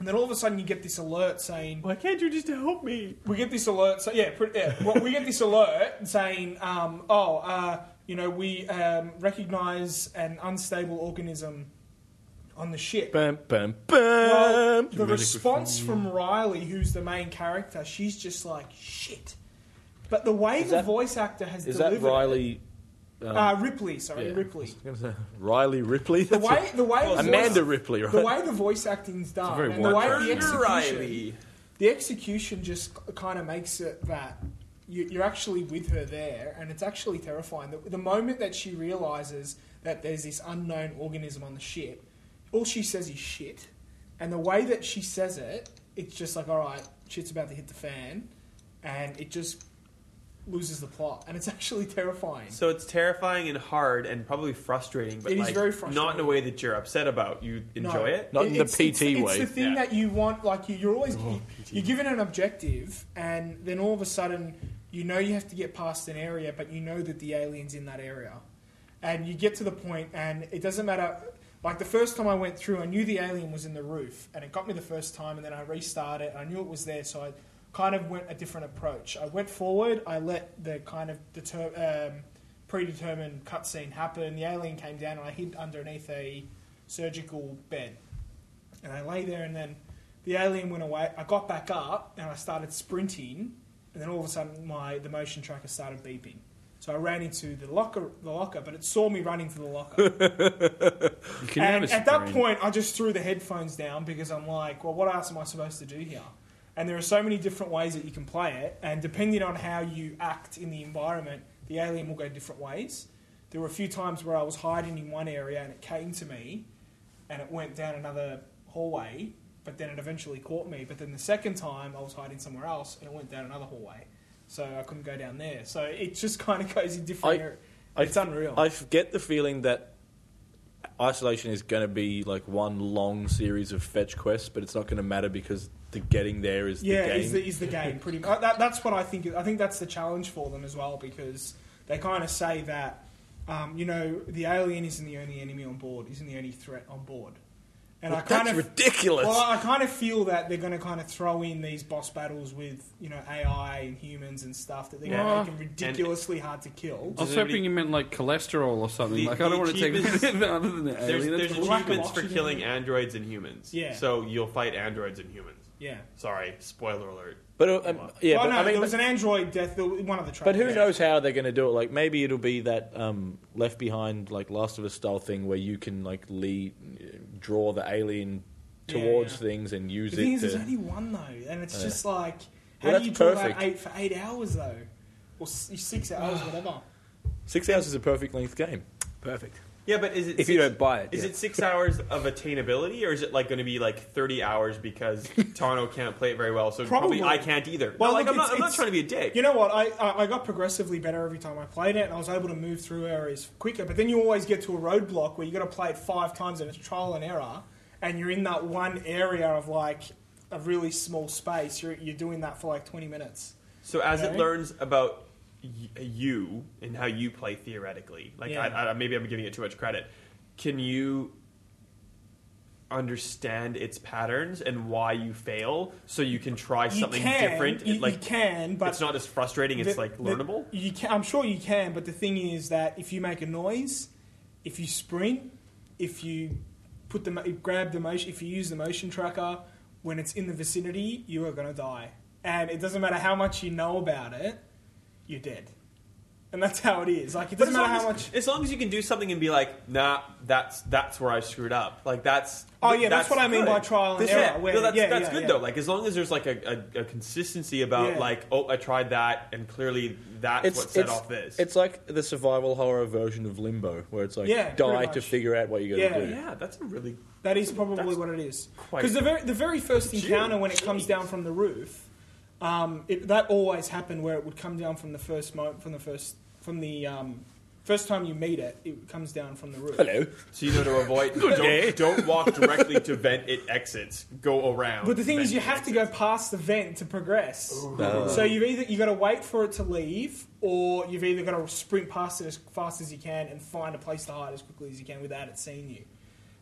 And then all of a sudden, you get this alert saying, Why can't you just help me? we get this alert. So yeah, pretty, yeah well, we get this alert saying, um, "Oh, uh, you know, we um, recognize an unstable organism on the ship." bam, bam, bam. well, the response from Riley, who's the main character, she's just like, "Shit." But the way Is the that- voice actor has Is that delivered it- Riley? um, uh, Ripley, sorry, yeah. Ripley. I was gonna say, Riley Ripley. The That's way, the way, right. the Amanda voice, Ripley, right? the way the voice acting's done, very and the way the Turner execution, Riley. the execution just kind of makes it that you, you're actually with her there, and it's actually terrifying. The, the moment that she realizes that there's this unknown organism on the ship, all she says is shit, and the way that she says it, it's just like, all right, shit's about to hit the fan, and it just loses the plot, and it's actually terrifying. So it's terrifying and hard and probably frustrating, but It is like, very not in a frustrating. way that you're upset about. You No. enjoy it. Not in the it's- it's- PT it's, way. the thing Yeah. that you want. Like you, you're always you're given an objective, and then all of a sudden you know you have to get past an area, but you know that the aliens in that area, and you get to the point, and it doesn't matter. Like the first time I went through, I knew the alien was in the roof, and it got me the first time, and then I restarted. I knew it was there, so I kind of went a different approach. I went forward. I let the kind of deter, um, predetermined cutscene happen. The alien came down, and I hid underneath a surgical bed. And I lay there, and then the alien went away. I got back up, and I started sprinting, and then all of a sudden, my the motion tracker started beeping. So I ran into the locker, the locker, but it saw me running to the locker. You can and never at that scream. point, I just threw the headphones down because I'm like, well, what else am I supposed to do here? And there are so many different ways that you can play it, and depending on how you act in the environment, the alien will go different ways. There were a few times where I was hiding in one area, and it came to me, and it went down another hallway, but then it eventually caught me. But then the second time, I was hiding somewhere else, and it went down another hallway, so I couldn't go down there. So it just kind of goes in different. I- area- I- it's unreal. I get the feeling that isolation is going to be like one long series of fetch quests, but it's not going to matter because the getting there is yeah, the game. is the is the game pretty much? That, that's what I think. I think that's the challenge for them as well because they kind of say that um, you know the alien isn't the only enemy on board, isn't the only threat on board, and I kind That's of ridiculous. Well, I kind of feel that they're going to kind of throw in these boss battles with you know AI and humans and stuff that they're Yeah. going to make them ridiculously hard to kill. I was Does hoping anybody- you meant like cholesterol or something. The- like I the don't want to take achievements- anything other than the There's, alien. there's That's lack of achievements for oxygen. killing androids and humans. Yeah. So you'll fight androids and humans. Yeah. Sorry, spoiler alert. but uh, um, yeah, well, but, no, I mean, there was but- an android death. there was- One of the But who trailers. knows how they're going to do it? Like maybe it'll be that um, Left Behind, like Last of Us style thing, where you can like lead, draw the alien Yeah, towards yeah. things and use The thing it. is, there's To, only one though, and Oh, it's just like how Well, do that's you draw perfect. that eight for eight hours though, or s- six hours, whatever. six hours is a perfect length game. Perfect. Yeah, but is it If you don't buy it, Is yeah. it six hours of attainability, or is it like going to be like thirty hours because Tano can't play it very well, so probably, Probably. I can't either? Well, Well, like look, I'm not, it's- I'm not it's- trying to be a dick. You know what? I, I I got progressively better every time I played it, and I was able to move through areas quicker. But then you always get to a roadblock where you got to play it five times, and it's trial and error, and you're in that one area of like a really small space. You're you're doing that for like twenty minutes. so as it Okay. learns about y- you and how you play theoretically, like Yeah. I, I, maybe I'm giving it too much credit. Can you understand its patterns and why you fail, so you can try something you can, different? You, It, like you can, but it's not as frustrating. It's The- like the- learnable. you can, I'm sure you can, but the thing is that if you make a noise, if you sprint, if you put the mo- grab the motion, if you use the motion tracker when it's in the vicinity, you are going to die, and it doesn't matter how much you know about it, you're dead. and that's how it is. Like it But doesn't as matter long, how as, much. as long as you can do something and be like, nah, that's that's where I screwed up. Like that's. Oh, yeah, that's what I mean good. by trial and That's- error, yeah, where- no, that's yeah, that's yeah, good yeah. though. Like as long as there's like a, a, a consistency about Yeah. like, oh, I tried that, and clearly that's what set off this. It's like the survival horror version of Limbo, where it's like Yeah, pretty die much. to figure out what you're going Yeah, to do. yeah, that's a really That is probably That's what it is. quite- Because the very, the very first encounter when it comes down from the roof, um, it, that always happened where it would come down from the first mo- from the first from the um, first time you meet it, it comes down from the roof. Hello. so you know to avoid. don't, don't walk directly to vent. It exits. Go around. But the thing is, vent, you it have to exits. go past the vent to progress. Uh, So you've either you got to wait for it to leave, or you've either got to sprint past it as fast as you can and find a place to hide as quickly as you can without it seeing you.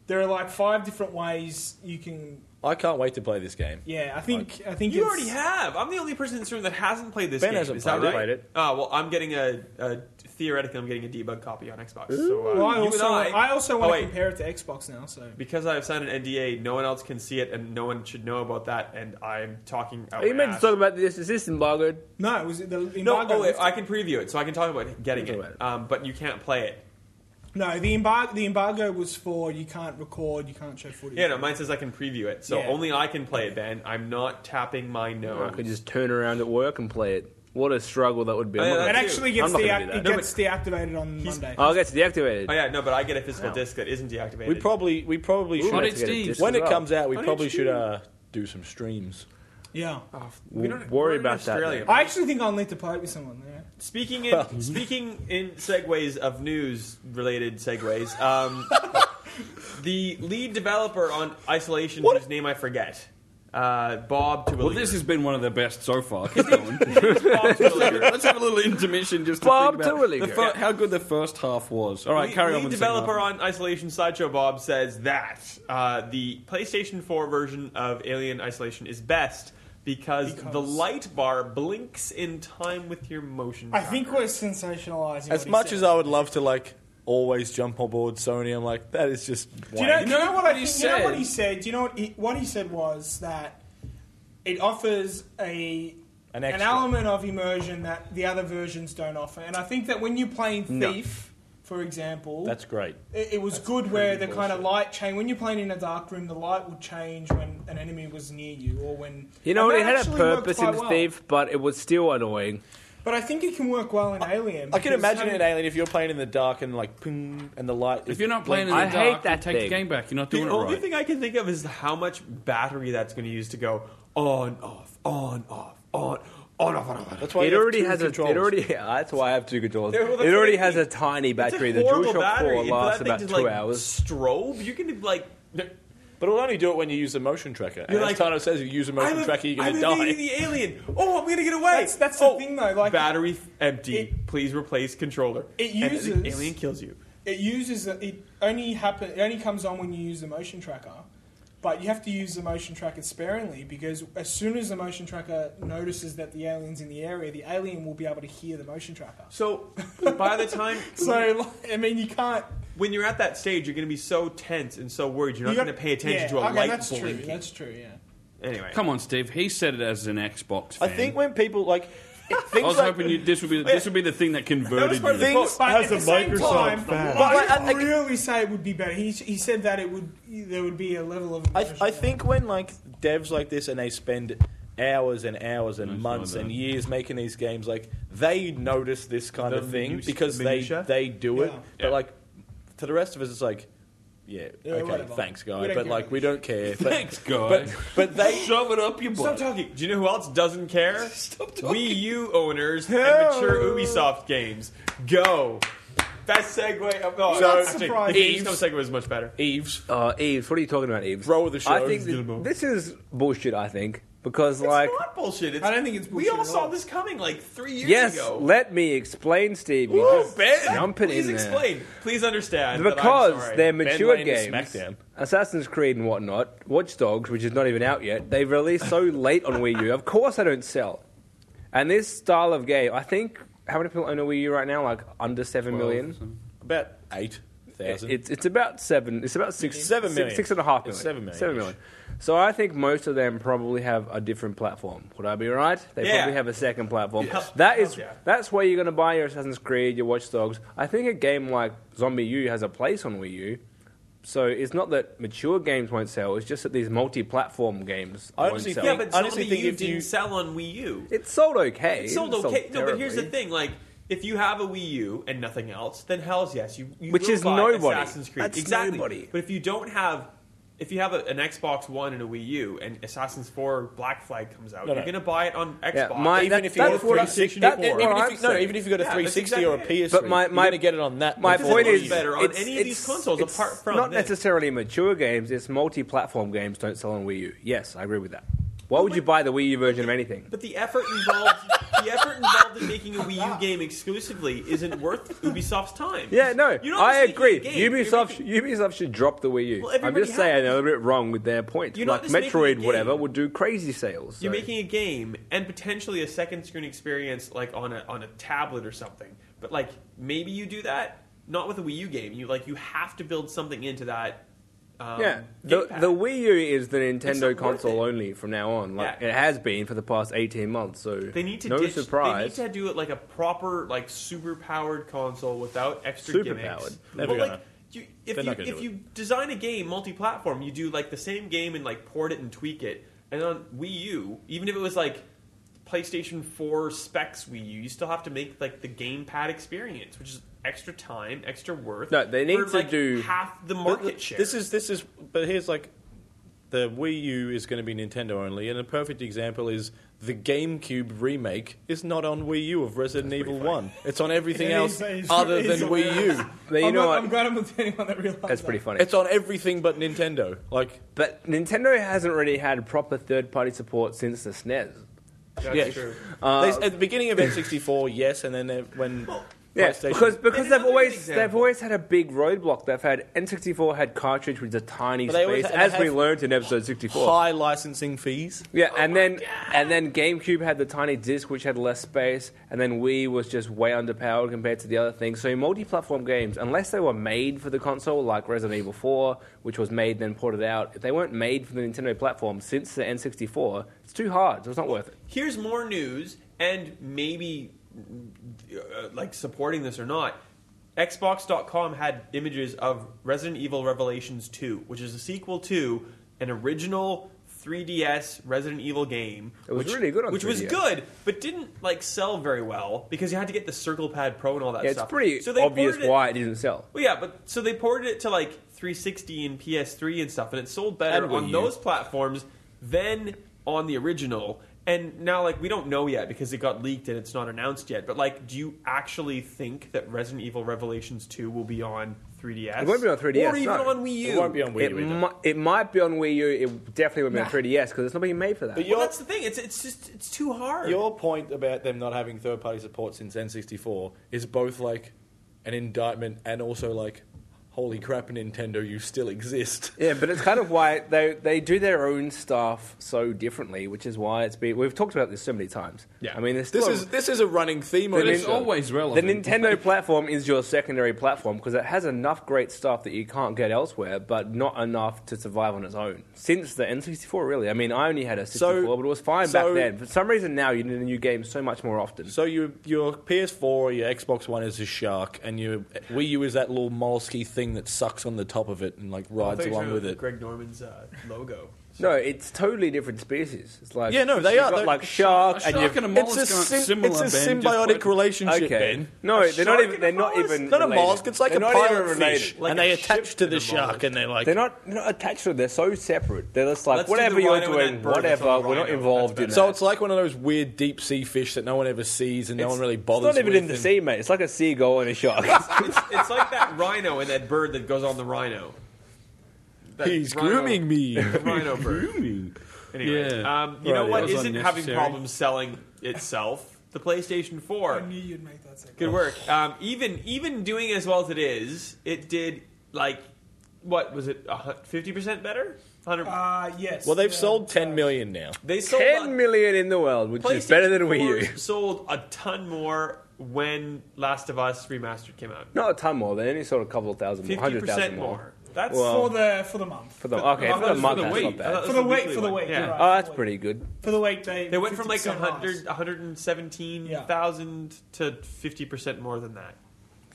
There are like five different ways you can. I can't wait to play this game. Yeah, I think I think You it's- already have. I'm the only person in this room that hasn't played this Ben game. hasn't Is that played it. right? Played it. Oh, well, I'm getting a, a theoretically, I'm getting a debug copy on Xbox. so uh, Well, I you and also, I, I also want Oh, to wait. compare it to Xbox now. So because I've signed an NDA, no one else can see it, and no one should know about that. And I'm talking. Out Are Oh, you my meant to ass. talk about this? Is this embargoed? no, it was the embargo. No, oh, wait, lifted. I can preview it, so I can talk about it, getting Talk it. about it. Um, but you can't play it. no, the embargo. The embargo was for you can't record, you can't show footage. Yeah, no, mine says I can preview it, so Yeah. only I can play it. Ben, I'm not tapping my I nose. could just turn around at work and play it. What a struggle that would be. Oh, yeah, I'm not that's it gonna- actually I'm not gets gonna deac- do that. it No, gets deactivated on He's- Monday. Oh, it gets deactivated. oh yeah, no, but I get a physical Wow. disc that isn't deactivated. We probably we probably Ooh, On I should. need its to get a Steam. disc When as it well. comes out, we Why probably don't should you- uh, do some streams. yeah, Oh, We'll don't- worry we're in about that Australia. then. I actually think I'll need to play it with someone. Yeah. Speaking in Mhm. speaking in segues of news related segues, um, the lead developer on Isolation, whose name I forget, uh, Bob Tuoliter. Well, this has been one of the best so far. Keep going. Bob Tuoliter. Let's have a little intermission just to Bob think about the Terwilliger. fir- how good the first half was. All right, lead, carry on lead with the second developer half. on Isolation Sideshow Bob says that uh, the PlayStation 4 version of Alien Isolation is best because, Because- the light bar blinks in time with your motion. I think tracker. we're sensationalizing. As much as I would love to like always jump on board Sony, I'm like that is just. Do you know, wank. do you know what I he think, You know what said? he said. Do you know what he, what he said was that it offers a an, An extra. element of immersion that the other versions don't offer. And I think that when you're playing No. Thief, for example, That's great. it, it was good where the kind of light change when you're playing in a dark room, the light would change when an enemy was near you or when You know, and it that had a actually worked purpose quite in well. Thief, but it was still annoying. But I think it can work well in Alien. I can because imagine having- in Alien if you're playing in the dark and like ping and the light. If you're not playing in the I dark, hate that you take the thing. game back. You're not The doing it only right. thing I can think of is how much battery that's going to use to go on, off, on, off, on, on, off, on, off. on. that's why It you have already two has controls. a. It already. Yeah, that's why I have two controls. Yeah, well, that's it already what I has a mean. tiny It's a battery. The horrible DualShock battery, Four and for lasts that thing about to, two like, hours. Strobe, you can like. But it'll only do it when you use the motion tracker. And You're as like, Tano says, if you use a motion I'm tracker, you're I'm going to evading die. the alien. Oh, I'm going to get away. That's- that's the Oh, thing, though, like- battery f- empty. It- Please replace controller. It And then the uses- alien kills you. It uses it only happen. It only comes on when you use the motion tracker, but you have to use the motion tracker sparingly because as soon as the motion tracker notices that the alien's in the area, the alien will be able to hear the motion tracker. So by the time So like, I mean, you can't. when you're at that stage, you're going to be so tense and so worried. You're not you got- going to pay attention yeah, to a okay, light That's blinking. true. That's true. Yeah. Anyway, Come on, Steve. He said it as an Xbox. I Fan. think when people like it- things I was like hoping you, this would be this would be the thing that converted you. thing- Xbox but has at the a same Microsoft time, fan. I But I- I- really say it would be better. He, he said that it would there would be a level of. I, immersion I there. think when like devs like this and they spend hours and hours and I saw months that. and years making these games, like they notice this kind The of thing minutiae- because minutia? they they do it. Yeah. But like to the rest of us, it's like, yeah, Yeah, okay, whatever. thanks, We guy, don't but care. like we don't care. But, Thanks, guy. But but they shove it up your Stop butt. talking. Do you know who else doesn't care? Stop talking. Wii U owners Hello. and mature Ubisoft games. Go. Best segue. Of, oh, So- actually, Surprise. the Gamescom segue was much better. Eves Uh, Eves, what are you talking about, Eves? Roll with the I show, think th- Gilmore. this is bullshit. I think because It's like not bullshit. It's, I don't think it's We bullshit all at saw all. this coming like three years yes, ago. let me explain, Steve. You Ooh, just ben, jump it please in there. explain. Please understand. that I'm because sorry. they're Ben mature Lane is games, SmackDown. Assassin's Creed and whatnot, Watch Dogs, which is not even out yet, they released so late on Wii U. Of course, they don't sell. And this style of game, I think, how many people own a Wii U right now? Like under seven million. about eight thousand. It's it's about seven. It's about six Seven six- million. six and a half million. It's seven million-ish. Seven million. So I think most of them probably have a different platform. Would I be right? They Yeah. probably have a second platform. Yes. That is Yeah. that's where you're going to buy your Assassin's Creed, your Watch Dogs. I think a game like Zombie U has a place on Wii U. So it's not that mature games won't sell; it's just that these multi-platform games I won't honestly sell. think- yeah, but honestly Zombie think U if you- didn't sell on Wii U. it sold okay. It sold okay. No, but here's the terribly. thing: like, if you have a Wii U and nothing else, then hell's yes, you, you Which will is buy nobody. Assassin's Creed. That's exactly. nobody. But if you don't have, if you have a, an Xbox One and a Wii U, and Assassin's Four Black Flag comes out, No, no. you're gonna buy it on Xbox. Yeah, my- even that- if you got a that's what I- 360 that- or that's what even I'm if you, no, saying. even if you got Yeah, a that's 360 or a exactly PS3, it. But my- my- you're gonna get it on that. My before point the is, Wii U. better on any of these it's- consoles it's apart from not this. necessarily mature games. It's multi-platform games don't sell on Wii U. Yes, I agree with that. Why would you buy the Wii U version of anything? But the effort involved, the effort involved in making a Wii U game exclusively isn't worth Ubisoft's time. Yeah, no, You're not I just agree. making a game, you're Ubisoft, making- Ubisoft should drop the Wii U. Well, I'm everybody just has saying it. they're a bit wrong with their point. You're like not just making a Metroid, game. whatever, would do crazy sales. You're so- making a game and potentially a second screen experience, like on a on a tablet or something. But like maybe you do that not with a Wii U game. You like you have to build something into that. Um, yeah, the, gamepad. the Wii U is the not Nintendo worth console it. only from now on. Like Yeah. it has been for the past 18 months. So They need to no ditch, surprise. They need to do it like a proper, like super powered console without extra Superpowered. gimmicks. Never But, like, gonna. you, if They're you not gonna if do you design a game multi-platform, you do like the same game and like port it and tweak it. And on Wii U, even if it was like PlayStation Four specs Wii U, you still have to make like the gamepad experience, which is extra time, extra worth. No, they need for, to like, do- half the But market th- share. This is this is, but here's like the Wii U is going to be Nintendo only, and a perfect example is the GameCube remake is not on Wii U of Resident Evil One. It's on everything It else is- it is- other it than is Wii hilarious. U. But you I'm, know not- what? I'm glad I'm not the only one that realized That's pretty that. funny. It's on everything but Nintendo. Like, But Nintendo hasn't really had proper third party support since the E SNES. That's yeah. true. Uh, Uh, they, at the beginning of N64, yes, and then they- when Yeah, PlayStation, because because Maybe they've another always example. they've always had a big roadblock. They've had N64 had cartridge with a tiny But they always space, had- as they we have learned in episode 64. high licensing fees. Yeah, and then and then GameCube had the tiny disc which had less space, and then Wii was just way underpowered compared to the other things. So multi-platform games, unless they were made for the console, like Resident Evil 4, which was made then ported out, if they weren't made for the Nintendo platform since the N64, it's too hard. So it's not worth it. here's more news and maybe uh, like supporting this or not xbox.com had images of resident evil revelations 2 which is a sequel to an original 3ds resident evil game It was which, really good on which was 3DS. good but didn't like sell very well because you had to get the circle pad pro and all that Yeah, it's stuff pretty so they obvious ported it- why it didn't sell. well, yeah, but so they ported it to like 360 and PS3 and stuff, and it sold better And Wii on U. those platforms than on the original. And now, like, we don't know yet because it got leaked and it's not announced yet. But like, do you actually think that Resident Evil Revelations 2 will be on 3DS? It won't be on 3DS, or even no. on Wii U. It won't be on Wii It, U either. mi- it might be on Wii U. It definitely won't be on 3DS because it's not being made for that. But Well, Your- that's the thing. It's it's just it's too hard. Your point about them not having third party support since N64 is both like an indictment and also like, holy crap, Nintendo, you still exist. Yeah, but it's kind of why they they do their own stuff so differently, which is why it's been. We've talked about this so many times. I mean, there's this still- is this is a running theme on But this it's show. always the relevant. Nintendo platform is your secondary platform because it has enough great stuff that you can't get elsewhere, but not enough to survive on its own. Since the N64, really. I mean, I only had a 64, but it was fine back so- then. For some reason, now you need a new game so much more often. So your your PS4 or your Xbox One is a shark, and your Wii U is that little mollusky thing that sucks on the top of it and like rides along with it. Greg Norman's uh, logo. no, it's totally different species. It's like Yeah, no, they you've are. got They're- like shark, A and shark you've and a It's mollusk a, aren't sym- similar, it's a Ben, just symbiotic wait- relationship, Okay. Ben. No, they're not shark even. and a They're not mollusk? even. Not a related. mollusk. It's like They're a not even pilot fish, related. Like and a they ship attach to and a the shark, mollusk. and they're like They're not, they're not attached to it. They're so separate. They're just like Let's do whatever the you're rhino and doing, that bird that's whatever. on the We're not rhino. involved That's in that. So it's like one of those weird deep sea fish that no one ever sees and no one really bothers. It's not even with in the and- sea, mate. It's like a seagull and a shark. it's, it's like that rhino and that bird that goes on the rhino. That He's rhino- grooming me. Rhino bird. Anyway, Yeah. um, you Right, know what that was isn't having unnecessary. problems selling itself? The PlayStation I 4. knew you'd make that second. Good work. Um, even even doing as well as it is, it did like what was it? Fifty percent better. Hundred. Uh, yes. well, they've yeah. sold 10 million now. they sold a- Ten million in the world, which is better than Wii U. 4 Sold a ton more when Last of Us Remastered came out. Not a ton more. They only sold a couple of thousand, more, Fifty hundred percent thousand more. more. That's Well- for the for the month. For the okay, I for thought the it was month, for the that's week. not I thought bad. it for was the week, weekly for the one. week. Yeah. you're right, Oh, for that's the week. pretty good. For the week, they They went from like 50% rise. 100, 117,000 to 50% more than that.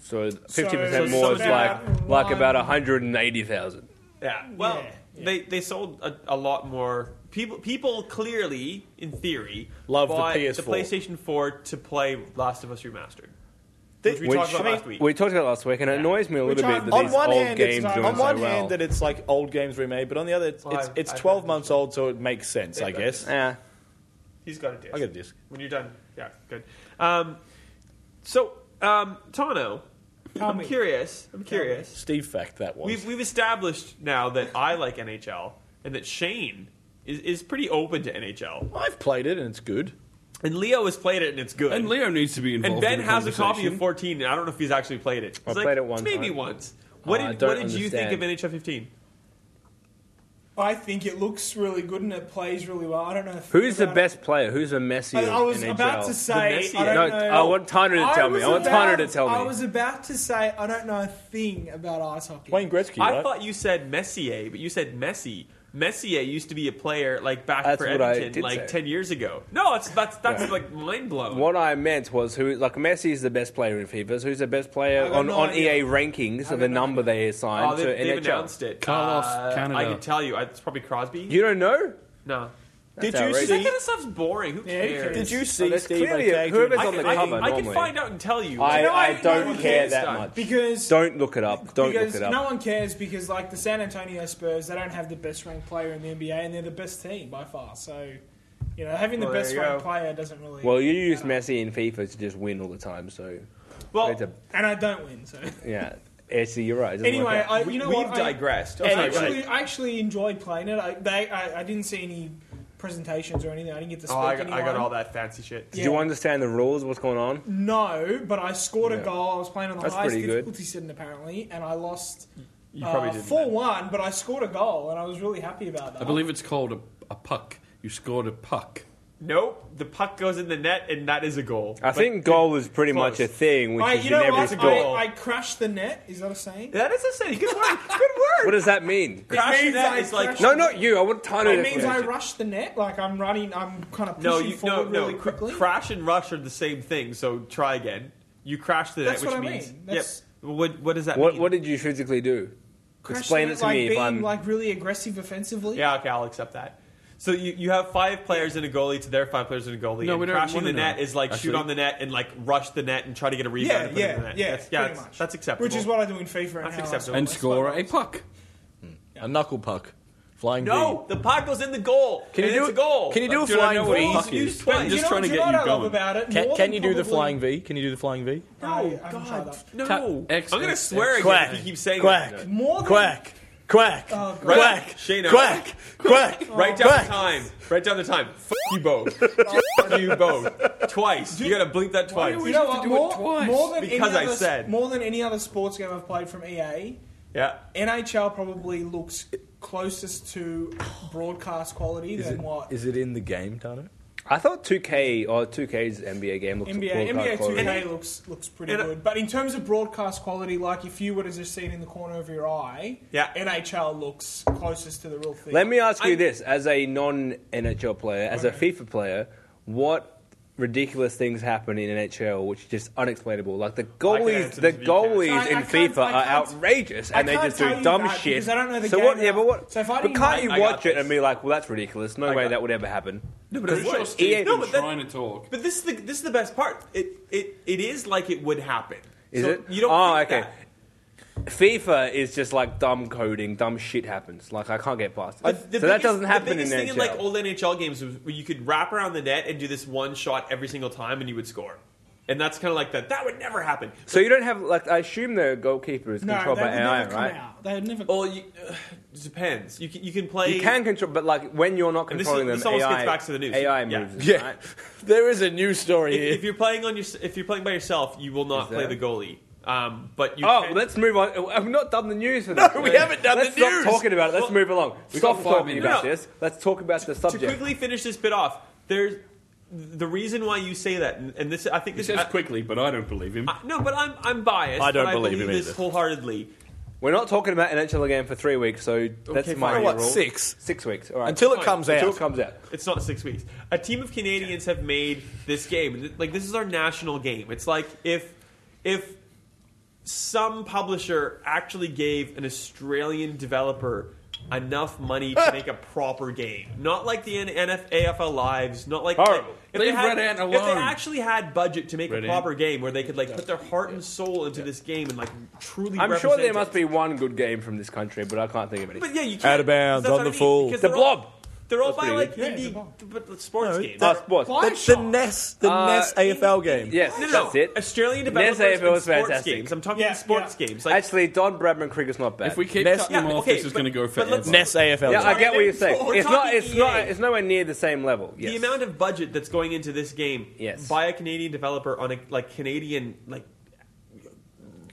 So So- fifty so percent more is like about like about one- hundred and eighty thousand. Yeah. Well, Yeah, yeah. they they sold a, a lot more. People people clearly, in theory, Love the bought PS4. PlayStation 4 to play Last of Us Remastered, They- which we Which- talked about I mean, last week. We talked about it last week, and it annoys me a Which little I- bit that on these one old hand, it's games not- doing on on so one well. hand that it's like old games remade, but on the other, it's Well, it's, I- it's I- twelve months old, so it makes sense, I They've got guess. yeah, He's got a disc. I get a disc. When you're done, yeah, good. Um, so, um, Tano, Tell I'm me. curious. I'm Tell me. curious. Steve fact that was. We've we've established now that I like NHL and that Shane is, is pretty open to NHL. I've played it and it's good. And Leo has played it and it's good. And Leo needs to be involved. And Ben in the has a copy conversation. of 14. And I don't know if he's actually played it. He's played it one Maybe time. once. What Oh, I did, don't what did you think of understand. NHL 15? I think it looks really good and it plays really well. I don't know. If who's the about- best player? Who's the Messi? I, of I was NHL? about to say. The I don't No, know. I want Tanner to tell me. was I want about- Tanner to tell I me. was about to say I don't know a thing about ice hockey. Wayne Gretzky, I right? thought you said Messier, but you said Messi. Messier used to be a player like back That's for what I Edmonton did like say. 10 years ago. No, it's, that's that's like mind blown. What I meant was who like Messi is the best player in FIFA. So who's the best player I got on, no on idea. EA rankings I of the got no number they Oh, assign they, to they've NHL? announced it. Carlos, Uh, I Canada. can tell you. I, it's probably Crosby. You don't know? no. That's Did you outrageous. That see- kind of stuff's boring. Who Yeah, who cares? cares? Did you see there's Steve? clearly I tagged you whoever's in- I, on the I, cover I can normally. find out and tell you. I, No, I- I don't no one care cares, that though. much. Because don't look it up. Don't because look it up. no one cares because like the San Antonio Spurs, they don't have the best ranked player in the NBA, and they're the best team by far. So, you know, having Well, the there best you ranked go. player doesn't really. well, you use Messi in FIFA to just win all the time, so Oh. well, it's a, and I don't win. So yeah. Actually, you're right. it doesn't work anyway, out. I, we, you know we've what? I- digressed. I Okay, go ahead. actually, I actually enjoyed playing it. I, they, I, I didn't see any presentations or anything. I didn't get to speak Oh, I, got- anyone. I got all that fancy shit. did yeah. Mm. you understand the rules? What's going on? No, but I scored a Yeah. goal. I was playing on the That's highest pretty good. difficulty setting apparently, and I lost uh, You probably didn't. four then. one. But I scored a goal, and I was really happy about that. I believe it's called a, a puck. You scored a puck. Nope. The puck goes in the net, and that is a goal. I But think goal was pretty close. much a thing, which I, is you you know never what? a score. goal. I, I crashed the net. Is that a saying? that is a saying. Good word. Good word. What does that mean? Crashing means that I is like crashed- No, not you. I want Tano It to means I finish it. rushed the net. Like I'm running. I'm kind of pushing no, you no forward no. really cr- quickly. Crash and rush are the same thing. So try again. You crash the net, That's which what I means mean. That's- yep. What what does that What, mean? what did you physically do? Crashed Explain the it net, to like me if being I'm. like really aggressive offensively. yeah, okay, I'll accept that. So you, you have five players and a goalie to their five players and a goalie. No, and we don't crashing wanna the net know, is like shoot actually. on the net and like rush the net and try to get a rebound yeah, and put it in the yeah, net. yeah. that's, yeah, pretty that's, much. that's acceptable. Which is what I do in FIFA. and That's how I acceptable. score. And That's score fine. a puck. A knuckle puck, flying No, the puck goes in the goal. Can and you do it's it- a goal? can you do Like, a dude, I flying know what goal? puck Fuck is. is. Flying You just know trying to what- get know you what I love going. about it? V. Can, More can than you do the probably- flying V? Can you do the flying V? No, I haven't tried God, that. no! Ta- X, I'm gonna X, swear X. again if you keep saying quack, that. More than quack, quack, Oh, God. Right. quack, Shane, quack, quack, Write down quack. the time. Write down the time. F- you both. F- you both. Twice. You gotta bleep that twice. You know have what? to do it More, twice. more than Because any I other, said. more than any other sports game I've played from E EA, Yeah. NHL probably looks closest to broadcast quality Is than it, what is it in the game, Tano? I thought 2K or 2K's NBA game looked NBA NBA quality. 2K looks looks pretty And- good. But in terms of broadcast quality, like if you would have just seen in the corner of your eye, Yeah. NHL looks closest to the real thing. Let me ask you I'm- this: as a non-NHL player, as a Okay. FIFA player, what ridiculous things happen in NHL which are just unexplainable? Like the goalies, answer the this if you can. goalies I- I in can't- FIFA I are can't- outrageous, I and they can't just tell do you dumb that shit. because I don't know the so game what? Yeah, enough. but what? So if I but didn't can't know- you I watch got it and this. be like, "Well, that's ridiculous. No I way got- that would ever happen." E No, but Pretty sure Steve's EA been no, but, trying that, to talk. but this is the this is the best part. It it it is like it would happen. Is So it? You don't. Oh, think okay. that. FIFA is just like dumb coding, dumb shit happens. Like I can't get past it. The- so the that biggest- doesn't The happen in biggest NHL. thing in like old NHL games was where you could wrap around the net and do this one shot every single time, and you would score. And that's kind of like that. That would never happen. so you don't have like I assume the goalkeeper is no, controlled they by would AI, never come right? out. They would never. Well, you, uh, it depends. You can you can play. You can control, but like when you're not And this controlling is- this them, almost AI, gets back to the news. AI Yeah. moves. it, Yeah, right? there is a news story if, if here. you're playing on your if you're playing by yourself, you will not Is play there? the goalie. Um, but you Oh, can, let's move on. I've not done the news for that. we haven't done the Let's news. Stop talking about it. Let's Well, move along. Stop got five talking minutes. about No, no. this. Let's talk about the to subject. quickly finish this bit off. There's the reason why you say that, and and this I He think this says I- quickly, but I don't believe him. I- no, but I'm I'm biased. I don't but believe I him believe this either. wholeheartedly. We're not talking about an NHL again for three weeks, so that's Okay, my fine. new What, rule. six? Six weeks. All right. Until it Fine. comes Until out. it comes out. It's not six weeks. A team of Canadians have made this game. Th- Like this is our national game. It's like if if some publisher actually gave an Australian developer enough money Ah! to make a proper game, not like the N- NF AFL Lives, not like Horrible. If Leave had, Red Ant If they alone. actually had budget to make Red a Ant. proper game where they could like put their heart and soul into this game and like truly. I'm sure there represent must it. be one good game from this country, but I can't think of any. But yeah, you can't. Out of bounds, that's on what the I mean, full. because The they're all- Blob. They're all That's by pretty like good. Yeah, The indie Blob. but sports No, games. Uh, They're- sports. Why- That's the NES, the E Uh, NES AFL game. Yes, No, no, that's no. it. Australian Yes, developers AFL and was sports fantastic. games. I'm talking Yeah, sports yeah. games. Like, Actually, Don Bradman Krieger's not bad. If we keep That's- cutting them yeah, off, okay, this is but- going to go but forever. let's- NES AFL yeah, game. I get what you're saying. We're It's not. talking It's not. EA. It's nowhere near the same level. Yes. the amount of budget that's going into this game Yes. by a Canadian developer on a like Canadian like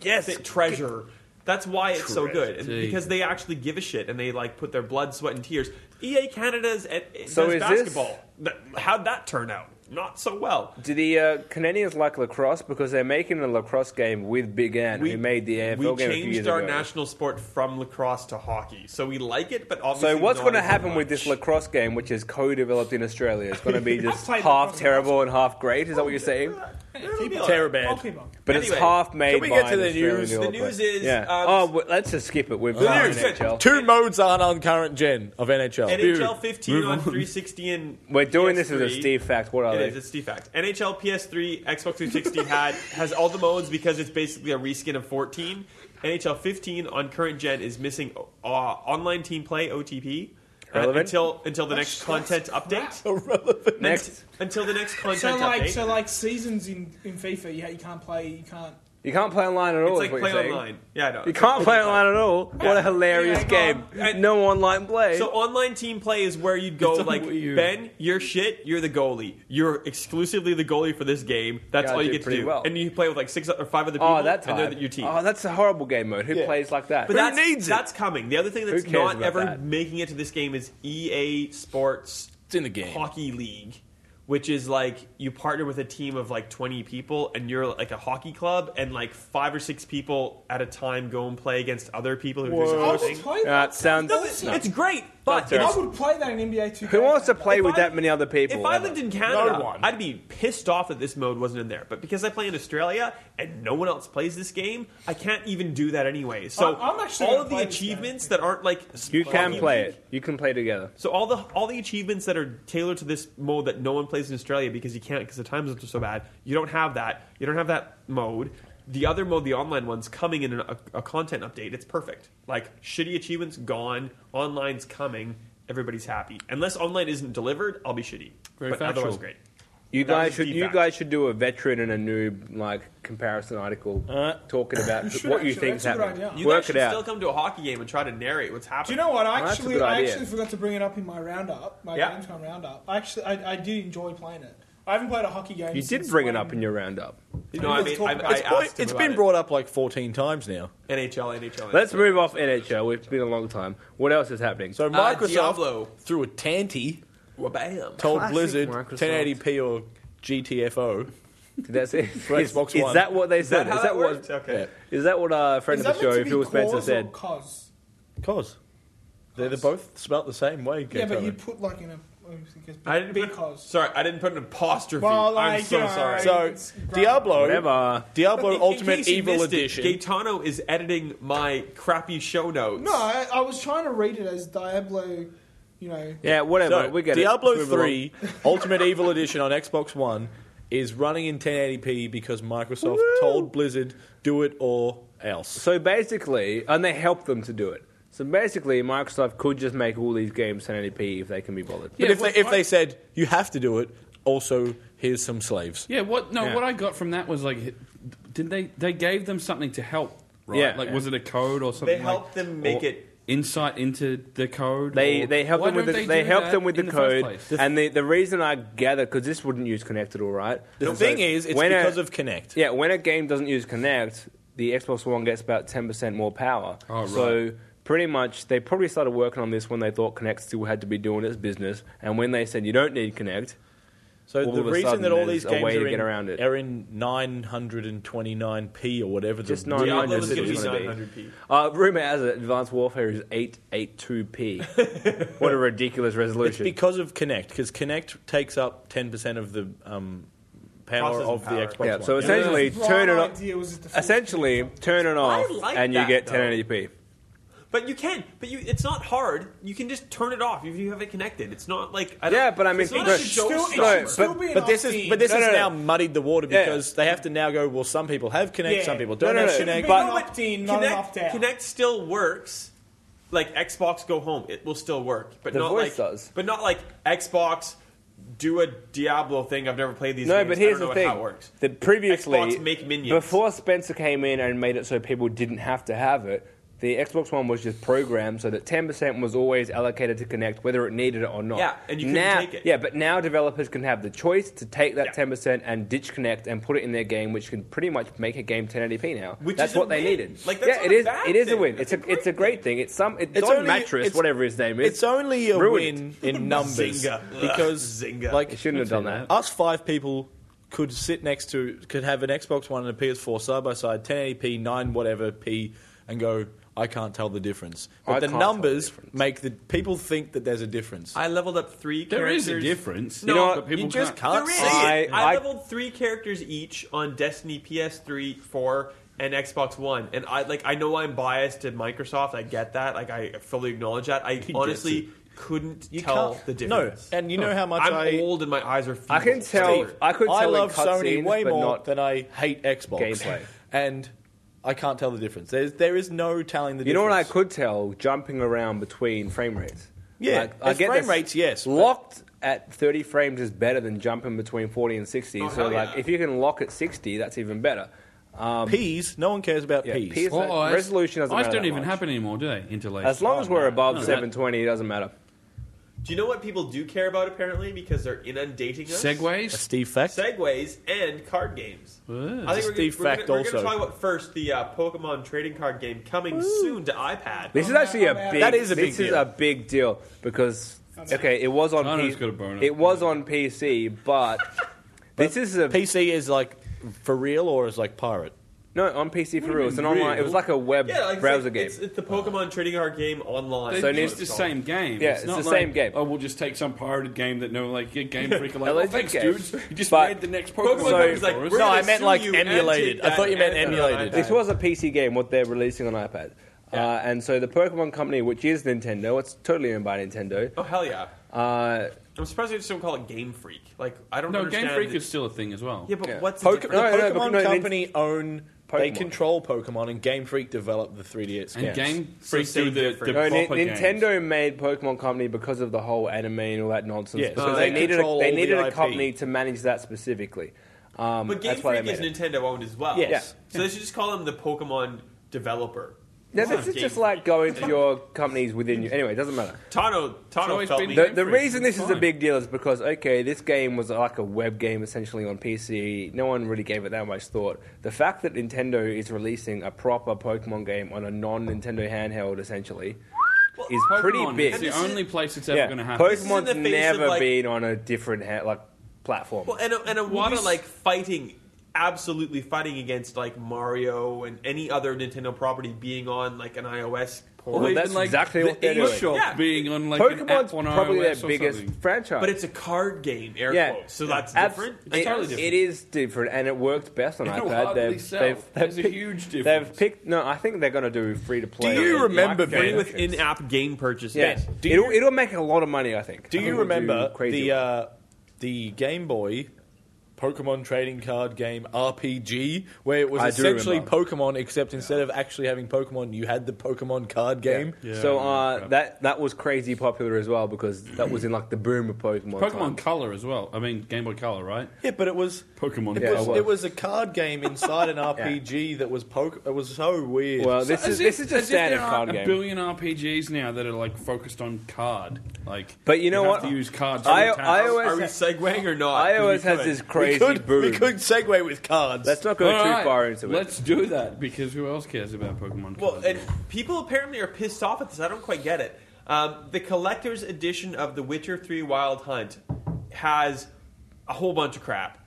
Yes. th- treasure. That's why it's so good and Dude. because they actually give a shit and they like put their blood, sweat, and tears. EA Canada's at, it So does is this- basketball. Th- How'd that turn out? Not so well. Do the uh, Canadians like lacrosse because they're making a lacrosse game with Big Ann, who made the AFL we game a few changed years our ago. national sport from lacrosse to hockey, so we like it, but obviously. so what's not going to as happen with much. this lacrosse game, which is co-developed in Australia? It's going to be just played half lacrosse. terrible and half great. Is that what you're saying? Teraband. Goalkeeper. But it's Anyway, half made can we by get to an the Australian news? The developer. news is, Yeah. um, oh, w- let's just skip it. We're The done news. NHL. Two modes aren't on current gen of NHL. NHL 15 on 360 and We're doing this as a PS3. Steve fact. What are It they? is. It's Steve-Fact. NHL, PS3, Xbox 360 had has all the modes because it's basically a reskin of 14. NHL 15 on current gen is missing uh, online team play (OTP) uh, Relevant. until until the next content update. Irrelevant. Next. Until the next content So like, update. so like seasons in, in FIFA, you, you can't play, you can't. You can't play online at all. it's is like what play you're saying. online. Yeah, I know. You can't play online at all. What a hilarious Yeah, game. no. And- no online play. So online team play is where you'd go It's on like Wii U. Ben, you're shit. You're the goalie. You're exclusively the goalie for this game. That's Yeah, I all you did get to pretty do. well. And you play with like six or five other people, oh, that's and they're your team. Oh, that's a horrible game mode. Who Yeah. plays like that? but Who that's, needs it? that's coming. The other thing that's Who cares not about ever that? making it to this game is EA Sports It's in the game. Hockey League, which is like you partner with a team of like 20 people and you're like a hockey club and like five or six people at a time go and play against other people who are doing I the would same thing. play Uh, that. it sounds. No, it's, no. it's great, but That's it's I would play that in NBA 2K. Who wants to play If with I- that many other people? If I ever? lived in Canada, No one. I'd be pissed off that this mode wasn't in there. But because I play in Australia and no one else plays this game, I can't even do that anyway. So I- I'm actually all gonna of the play this achievements that aren't like you can Hockey play League- it. You can play together. So all the all the achievements that are tailored to this mode that no one plays in Australia because you can't because the time zones are so bad. You don't have that. You don't have that mode. The other mode, the online one's coming in an, a, a content update. It's perfect. Like shitty achievements gone. Online's coming. Everybody's happy. Unless online isn't delivered, I'll be shitty. Very but factual. otherwise, great. You That guys was should. the You fact. guys should do a veteran and a noob like comparison article Uh, talking about should what you actually. think is That's a good happening. idea. You Work guys should it out. still come to a hockey game and try to narrate what's Do happening. you know what? I Well, that's a actually, good I idea. actually forgot to bring it up in my roundup, my Yeah. games time roundup. I actually, I, I did enjoy playing it. I haven't played a hockey game. you did since bring it up when- in your roundup. You know, I Let's mean, talk I, about I it. asked Boy, him it's about been it. brought up like 14 times now. NHL, NHL. Let's move off NHL. It's been a long time. What else is happening? So Uh, Microsoft, Diablo. through a tanty, Wabam. told Classic Blizzard Microsoft. 1080p or GTFO. That's it. For is, Xbox is One. that what they said? how Is that that worked? what? Okay. Yeah. Is that what a friend Is of that the meant show, to be Phil Spencer, cause or said? Cause. Cause. They're they both spelt the same way. Yeah, but Gaetano. you put like in a. because- I didn't put, because. Sorry, I didn't put an apostrophe. Well, I'm like, so you know, sorry. So- So, It's- Diablo. Whatever. Diablo In- in Ultimate case you Evil missed it, Edition. Gaetano is editing my crappy show notes. No, I, I was trying to read it as Diablo, you know. Yeah, whatever. So, we get it. Diablo Let's move along. 3 Ultimate Evil Edition on Xbox One is running in 1080p because Microsoft told Blizzard do it or else. So basically, and they help them to do it. So basically, Microsoft could just make all these games 1080p if they can be bothered. But Yeah, if they well, if I- they said you have to do it, also here's some slaves. Yeah, what? No, Yeah. what I got from that was like, did they? They gave them something to help, right? Yeah. like was it a code or something? They helped like- them make or it- insight into the code. They or- they help Why them with the, don't they, do help that them with the, in first code, place? and the, the reason I gather because this wouldn't use Connect at all, right? The And so thing is, it's when a- because of Connect. yeah. When a game doesn't use Connect, the Xbox One gets about ten percent more power. Oh, right. So pretty much, they probably started working on this when they thought Connect still had to be doing its business, and when they said you don't need Connect, So all the of a reason sudden that all there's these a games way are, to in, get around it. are in 929p or whatever Just the nine weird- hundred Diablo's is gonna be going to be. 900p. Uh, rumor has it, Advanced Warfare is 882p. what a ridiculous It's resolution. because of Connect because Connect takes up 10% of the um, power Processing of the power. Xbox yeah, One. so essentially, Wrong turn it off. idea was it the Essentially, turn it I off, like and you that, get though. 1080p. But you can. But you, it's not hard. You can just turn it off if you have it connected. It's not like I don't, Yeah, but I mean, it's not no, a show still- stopper. it should No, still but- be an But this off-scene. is but this No, has no, no. now muddied the water Yeah. because they have to now go. Well, some people have Connect, Yeah. some people No, don't no, have no. Connect. But- an opt-in, not an Connect, opt-out. Connect still works. Like Xbox Go Home, it will still work, but The not voice like does. but not like Xbox do a Diablo thing. I've never played these. No, games. but I here's don't the know thing. How it works. That previously, Xbox make minions. before Spencer came in and made it so people didn't have to have it, the Xbox One was just programmed so that 10% was always allocated to Connect, whether it needed it or not. Yeah, and you couldn't now, take it. Yeah, but now developers can have the choice to take that Yeah. 10% and ditch Connect and put it in their game, which can pretty much make a game 1080p now. Which that's is a what they win. needed. Like, that's yeah, not it a is. bad it is a thing. win. That's It's a, a it's a great great thing. It's some. It's, Don only- Mattress, it's- whatever his name is. It's only a Ruined win in numbers Zynga. because Zynga. like it shouldn't have done that. us five people could sit next to could have an Xbox One and a PS4 side by side, 1080p, nine whatever p, and go. I can't tell the difference, but I the can't tell the numbers difference. make the people think that there's a difference. I leveled up three. There characters. is a difference. No, You know what? but people you just can't. can't, There is. see it. I- I, leveled three characters each on Destiny PS3, 4, and Xbox One, and I like. I know I'm biased to Microsoft. I get that. Like I fully acknowledge that. I honestly couldn't tell can't- the difference. No, and you know how much I'm I- old and my eyes are. Feeble. I can tell. Steve, I could tell I in love Sony cutscenes, way but more not- than I hate Xbox Gameplay. and I can't tell the difference. There's, there is no telling the You difference. know what I could tell? Jumping around between frame rates. Yeah, as frame rates, yes, but- Locked at 30 frames is better than jumping between 40 and 60. Oh, so, hell like, yeah. if you can lock at 60, that's even better. Um, P's. No one cares about Yeah, P's. Ps. Well, Like, eyes- resolution doesn't eyes matter don't that even much. happen anymore, do they? Interlaced. as long as we're above No, that- 720, it doesn't matter. do you know what people do care about? Apparently, because they're inundating us. A Segways. Steve fact. Segways and card games. Ugh. I think we're, gonna- Steve we're, gonna, Fact we're gonna also. talk about first the uh, Pokemon trading card game coming soon to iPad. This is I'm actually out. a I'm big. out. That is a big This is deal. a big deal because okay, it was on. I know P- it's got a boner. it was on PC, but this is a PC is like for real or is like pirate. no on PC for do you real. It's an mean online. It real? was like a web Yeah, like browser it's, like- game. It's, it's the Pokemon trading card game online. They- So it needs- it's the same game. Yeah, it's not the like, same game. Oh, we'll just take some pirated game that no, like yeah, Game Freak are like, I oh, like thanks, that game. dudes. You just But made the next Pokemon Pokemon Company's for like, us. we're No, gonna I meant sue like you and emulated. take I thought you meant that and- uh, emulated. This was a PC game, what they're releasing on iPad. Uh, and so the Pokemon Company, which is Nintendo, it's totally owned by Nintendo. Oh hell yeah! Uh, I'm surprised they just don't call it Game Freak. Like I don't no, understand. Game Freak the- is still a thing as well. yeah, but Yeah. what's Poke- the no, difference? no, Pokemon but no, it Company own. They Pokemon. control Pokemon, and Game Freak developed the 3DS. and games. Game So Freak do same the, difference. the no, proper Ni- games. Nintendo made Pokemon Company because of the whole anime and all that nonsense. Yeah, so so they, they needed a, control they all the needed a IP. company to manage that specifically. Um, But Game that's why Freak they is made it. Nintendo owned as well. Yes. So they should just call them the Pokemon developer. Now, this is Game just Freak. like going to your companies within you. Anyway, it doesn't matter. Tano. Tano always felt been me. The, Game the Freak, reason it's this is a fine. big deal is because okay, this game was like a web game essentially on PC. No one really gave it that much thought. The fact that Nintendo is releasing a proper Pokemon game on a non-Nintendo handheld essentially is Pokemon pretty big. It's the And this is- only place it's ever yeah, going to happen. This is in Pokemon's the face never of, like- been on a different ha- like platform. Well, and a, and a Well, lot this- of like fighting, absolutely fighting against like Mario and any other Nintendo property being on like an iOS port. Well, even, that's like, exactly the what they're doing. eShop Yeah. being on like an Pokemon's app on probably iOS their or biggest something. franchise. but it's a card game, air quotes. So that's Abs- different. it- That's totally different. It is different, and it worked best on It'll iPad. hardly They've, sell. they've, they've There's a picked- huge difference. They've picked. No, I think they're going to do free to play. Do you remember, Free Ben? with in-app game purchases. Yeah, Ben, do it'll, you- it'll make a lot of money. I think. Do I you think it'll remember do crazy the uh, the Game Boy Pokemon trading card game RPG where it was I do essentially remember. Pokemon except instead of actually having Pokemon you had the Pokemon card game? Yeah, so I remember uh, that that was crazy popular as well because that was in like the boom of Pokemon. Pokemon time. Color as well. I mean, Game Boy Color, right? Yeah, but it was Pokemon It, Yeah, was, it was. it was a card game inside an RPG that was poke. It was so weird. Well, this is As this if- is just as if there standard aren't card A game. billion RPGs now that are like focused on card. Like, But you know what? have to use cards. I- to attack. I always- Are we segueing or not? iOS Because has we this could. we crazy could boom. we could segue with cards. Let's not go All too right, far into it. Let's do that because who else cares about Pokemon? Well, cards? and people apparently are pissed off at this. I don't quite get it. Um, the collector's edition of The Witcher 3 Wild Hunt has a whole bunch of crap.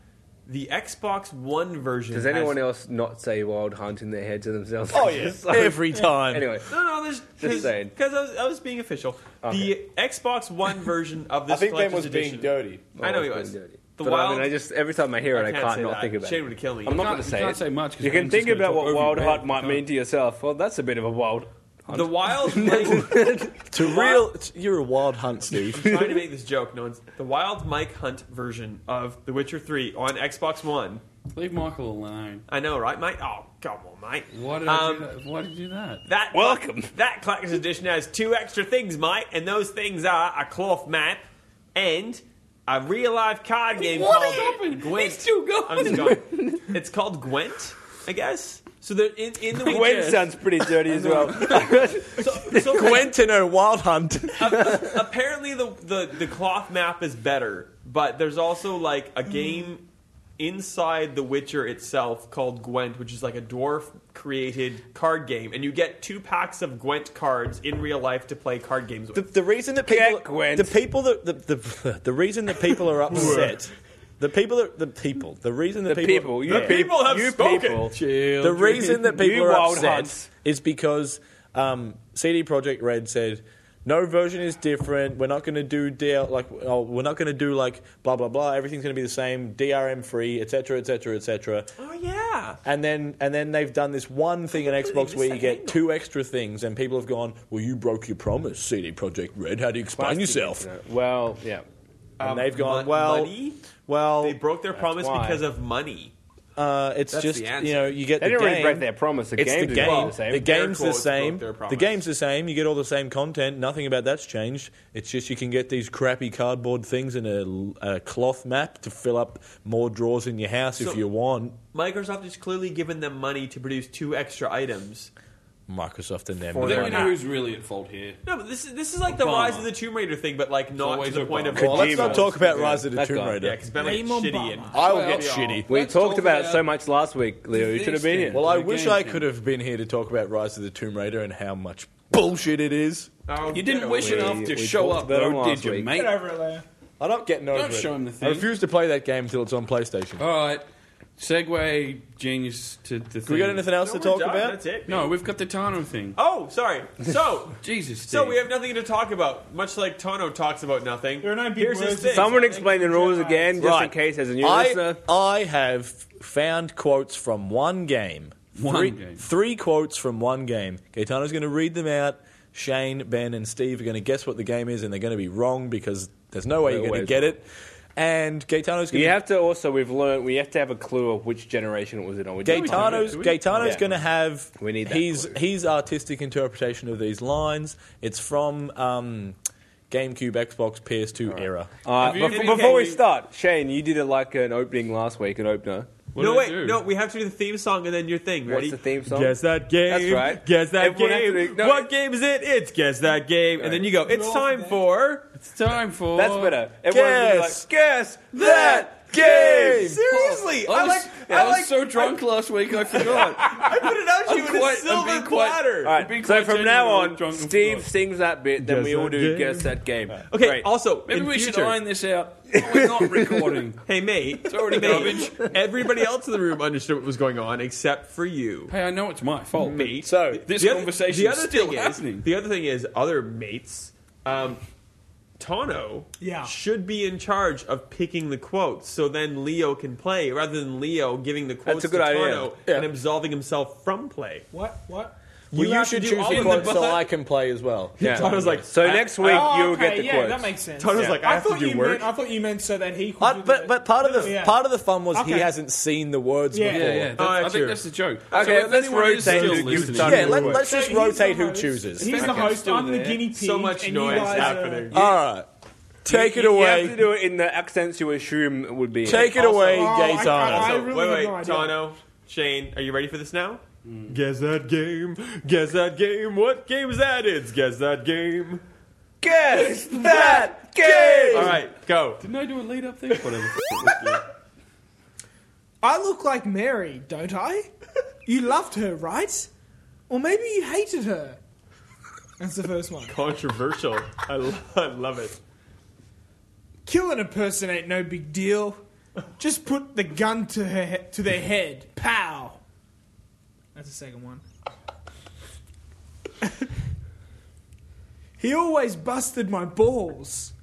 The Xbox One version. Does anyone has- else not say Wild Hunt in their head to themselves? Oh yeah, So- every time. Anyway, No, no, there's Just saying. because I was, I was being official. The Xbox One version of I this think Ben collector's was edition. being dirty. I know he it's was. been Oh, dirty. The but wild. I mean, I just every time I hear it, I can't, say not that. think about Shane it. would kill me. I'm not You going to can't- you say can't it. say much 'cause You can Ben's think just gonna about talk what over you, Wild right? Hunt might You mean can't. to yourself. Well, that's a bit of a wild. the wild. Mike, To real, you're a wild hunt, Steve. trying to make this joke. No one's the wild Mike Hunt version of The Witcher Three on Xbox One. Leave Michael alone. I know, right, mate? Oh, come on, mate. Why did Um, I do that? Why did you do that? That Welcome. That collector's edition has two extra things, mate, and those things are a cloth map and a real life card game What called is happening? Gwent. He's still going. I'm just going. It's called Gwent, I guess. So they're in, in the Witcher. Gwen sounds pretty dirty as well. so, so Quentin, a wild hunt. apparently the, the the cloth map is better, but there's also like a game inside The Witcher itself called Gwent, which is like a dwarf created card game, and you get two packs of Gwent cards in real life to play card games The, with. the reason that people, Get Gwent. the people that the, the, the reason that people are upset, the people that the people, the reason that the people, you Yeah. people have you spoken. people. Chill. the reason that people You are wild upset hunts. is because um, CD Projekt Red said no version is different. We're not going to do DL like oh, we're not going to do like blah blah blah. Everything's going to be the same, DRM free, etc. etc. etc. Oh yeah. And then and then they've done this one thing on Xbox where you that get angle. two extra things, and people have gone, "Well, you broke your promise, CD Projekt Red. How do you explain yourself?" Well, yeah. And Um, they've gone, mon- "Well, oh, money? They well, broke their promise why. because of money. uh, it's That's just the answer. you know you get They the didn't really game. break their promise. The It's game's the game. all the same. The game's the quotes broke same. their The promise. game's the same. You get all the same content. Nothing about that's changed. It's just you can get these crappy cardboard things in a, a cloth map to fill up more drawers in your house So- if you want. Microsoft has clearly given them money to produce two extra items. Microsoft and them. For I think their we know who's really at fault here. No, but this is this is like the Obama. rise of the Tomb Raider thing, but like not to always the point of Obama. well, let's Kojima. not talk about Rise of the That Tomb guy. Rayder. yeah, because Ben like Raymond shitty Obama. and I will Well, get shitty. We Let's talked talk about it about so much last week, Leo. You should have been here. Well, I The wish game I thing. could have been here to talk about Rise of the Tomb Raider and how much bullshit it is. Oh, You didn't get wish away. enough We- to we show talked up, about it though, last did you, week. mate? Get over it, Leo. I'm not getting over Don't it. show him the I thing. refuse to play that game until it's on PlayStation. Oh, All right. Segue genius to the thing. Do we got anything else No, to we're talk done. about? That's it. No, we've got the Tano thing. Oh, sorry. So, Jesus. so Steve. we have nothing to talk about. Much like Tono talks about nothing. There are no big Here's his words. thing. Someone Thank explain you, the rules Jedi. again, just Right. in case, as a new I, listener. I have found quotes from one game. One three, game. Three quotes from one game. Gaetano's going to read them out. Shane, Ben, and Steve are going to guess what the game is, and they're going to be wrong because there's no way They're you're going to always get it. And Gaetano's going You to have to also, we've learned, we have to have a clue of which generation it was in. Or we don't know. Gaetano's, Gaetano's Yeah. going to have We need that his clue. his artistic interpretation of these lines. It's from um, GameCube, Xbox, PS2 era. Uh, Have you- bef- okay, before we we- start, Shane, you did a, like an opening last week, an opener. What no, did I wait. do? No, we have to do the theme song and then your thing. What's Ready? the theme song? Guess that game. That's right. Guess that Everyone has to game. do- no, what game is it? It's guess that game. And then you go. It's Roll time that. for. It's time for. That's better. Everyone should be Guess like, guess that that game! Seriously, I, I was, like. I I was like. so drunk last week I forgot. I put it out to I'm you in a quite- I'm silver being quite- platter. All right, Being so quite from now genuine, on, drunk and Steve forgot. sings that bit, then Guess we all that do game. guess that game. Okay. Great. Also, Maybe in we should future- iron this out. We're not recording. Hey mate, it's already mate. Everybody else in the room understood what was going on except for you, Hey, I know it's my fault. mate. So, this Mm, the other- conversation the is other still thing happening. Is, the other thing is other mates. Um, Tano Yeah. should be in charge of picking the quotes, so then Leo can play rather than Leo giving the quotes a good to idea. Tano Yeah. and absolving himself from play. What? What? Well, You you have to should do choose all the of them, quote so but- I can play as well. Yeah. Tano's like, so I- next week, Oh, you'll okay, get the yeah, quotes. Uh, that makes sense. Tano's Yeah. like, I have to thought do you work. Meant, I thought you meant so that he could. I, do Uh, but the- but part of No, the yeah. part of the fun was he Okay. hasn't seen the words Yeah. Yeah, before. yeah. that's- Alright, I sure. think that's the joke. Okay, if let's anyone is rotate still who gives listening- Tano Yeah, let, Anyway. us So just he's the rotate who host. chooses. He's the Okay. host. Still I'm the there. guinea pig. So much and noise you guys happening. Are, All right, take you, it away. You have to do it in the accents you assume it would be. in. Take it Also- away, Oh, I can't- I Gaetano. really wait, have wait, no idea. Mm. Tano, Shane, are you ready for this now? Guess that game. Guess that game. What game is that? It's guess that game. Guess that game! All right, go. Didn't I do a lead up thing? Whatever. I look like Mary, don't I? You loved her, right? Or maybe you hated her. That's the first one. Controversial. I, lo- I love it. Killing a person ain't no big deal. Just put the gun to her he- to their head. Pow. That's the second one. he always busted my balls.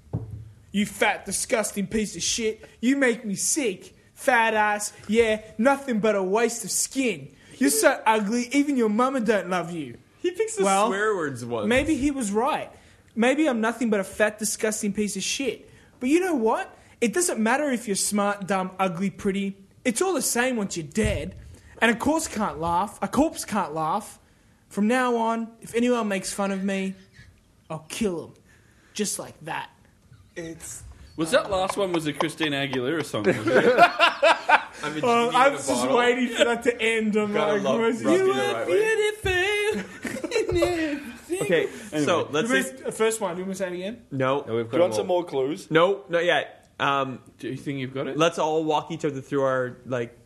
You fat, disgusting piece of shit. You make me sick. Fat ass. Yeah, nothing but a waste of skin. You're so ugly. Even your mama don't love you. He thinks the Well, swear words one. Maybe he was right. Maybe I'm nothing but a fat, disgusting piece of shit. But you know what? It doesn't matter if you're smart, dumb, ugly, pretty. It's all the same once you're dead. And a corpse can't laugh. A corpse can't laugh. From now on, if anyone makes fun of me, I'll kill them. Just like that. It's. Was that last one was a Christine Aguilera song? was it? I'm a genie Oh, in I a was just bottle. waiting for that to end. I'm Gotta like, love- "Was rub you it the are right beautiful. Okay, so let's Remember see. the first one. Do you want to say it again? No, No, we've Do you got want some more clues? no, not yet. Um, Do you think you've got it? let's all walk each other through our like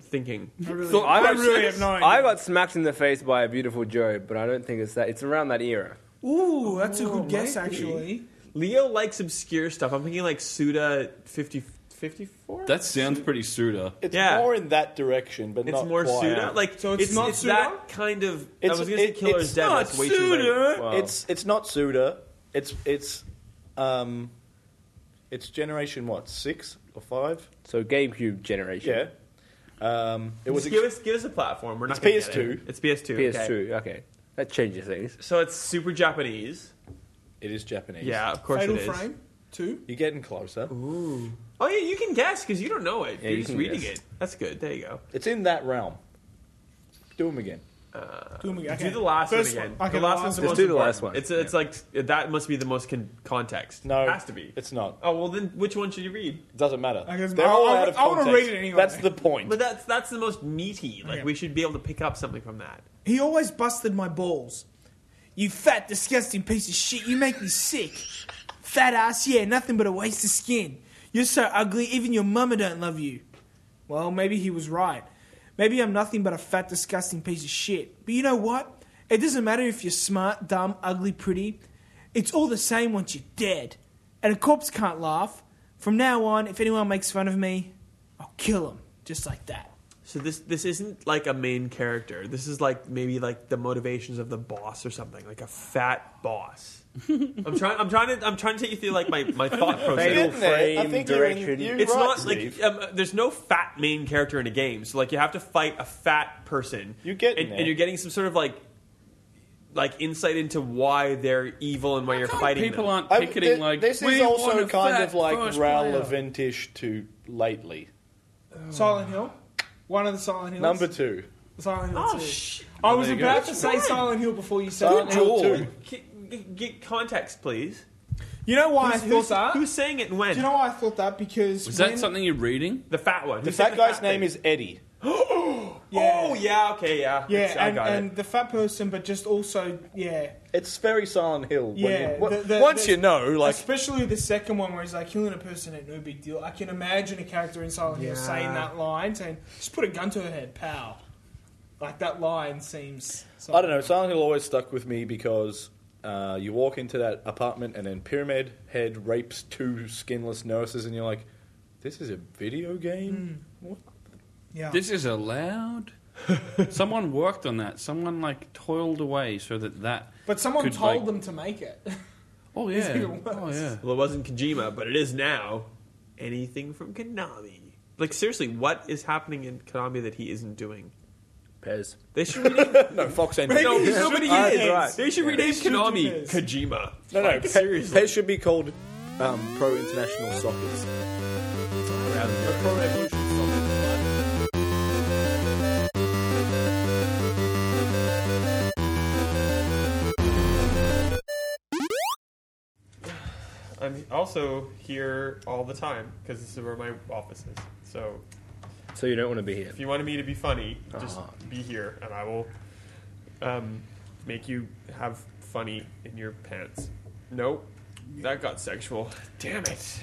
thinking. I really, So I I got- really have no idea. I got smacked in the face by a beautiful Joe, but I don't think it's that. It's around that era. Ooh, that's a Ooh, good guess, might be. actually. Leo likes obscure stuff. I'm thinking like Suda 50, 54? That sounds pretty Suda. It's Yeah. more in that direction, but it's not more quite. Suda. Like So it's not Suda? that kind of. It's- I was gonna say it- Killer it's is dead. not That's way too late. Wow. It's it's not Suda. It's it's um, it's generation what six or five? so GameCube generation. Yeah. Um, it was Just give us give us a platform. We're not. It's gonna PS2. Get it. It's PS2. PS2. okay. Okay. that changes things. So it's super Japanese. it is Japanese. Yeah, of course Fatal it is. Frame 2. You're getting closer. Ooh. Oh yeah, you can guess because you don't know it. Yeah, You're you just can reading guess. it. That's good. There you go. It's in that realm. Do them again. Do, them again. Do the last First one again. Okay, the last one's the one. most Let's do the important. last one. It's it's like that must be the most con- context. No, it has to be. It's not. Oh well, then which one should you read? It doesn't matter. I guess- They're I- all I- out of I wanna context. read it anyway. That's the point. But that's that's the most meaty. Like Okay. we should be able to pick up something from that. He always busted my balls. You fat, disgusting piece of shit. You make me sick. Fat ass, yeah, nothing but a waste of skin. You're so ugly, even your mama don't love you. Well, maybe he was right. Maybe I'm nothing but a fat, disgusting piece of shit. But you know what? It doesn't matter if you're smart, dumb, ugly, pretty. It's all the same once you're dead. And a corpse can't laugh. From now on, if anyone makes fun of me, I'll kill him. Just like that. So this this isn't like a main character. This is like maybe like the motivations of the boss or something, like a fat boss. I'm trying. I'm trying to. I'm trying to take you through like my, my thought process. Fatal Getting there. I frame think you're in- direction. you're It's right, not Steve. like um, there's no fat main character in a game. So like you have to fight a fat person. You're getting and, there. and you're getting some sort of like like insight into why they're evil and why you're fighting People them. aren't I- picketing thi- like this "We is want also a kind fat of like first player." relevant-ish to lately. Silent Hill. One of the Silent Hills. Number two. Silent Hill. Oh two. shit! I was There you about go. to say Silent Hill before you said Silent it. Hill Joel. two. Get, get context, please. You know why I Who's, thought who's, that? who's saying it and when? Do you know why I thought that? Because Was that when- something you're reading? the fat one. The fat guy's name is Eddie. Yeah. Oh yeah, okay, yeah. It's- Yeah, I and, got and it. the fat person, but just also yeah, It's very Silent Hill. when yeah. you- the- the- once the- you know, like especially the second one where he's like killing a person ain't no big deal. I can imagine a character in Silent Hill Yeah. saying that line, saying just put a gun to her head, pal. Like that line seems. I don't know. Silent Hill always stuck with me because uh, you walk into that apartment and then Pyramid Head rapes two skinless nurses, and you're like, "This is a video Hmm. game." What? Yeah. This is allowed. Someone worked on that. Someone like toiled away so that that. but someone could, told like- them to make it. Oh It's yeah. even worse. Oh yeah. Well, it wasn't Kojima, but it is now. Anything from Konami? Like seriously, what is happening in Konami that he isn't doing? Pez. They should rename. No, Fox Engine. Maybe no, he nobody should is. do this. They should Yeah. rename They should do Konami this. Kojima. no, no. Like, Pe- seriously. Pez should be called um, Pro International Soccer. I'm also here all the time because this is where my office is. So So you don't want to be here. If you wanted me to be funny, just Uh-huh. be here, and I will um, make you have funny in your pants. Nope, that got sexual. Damn it.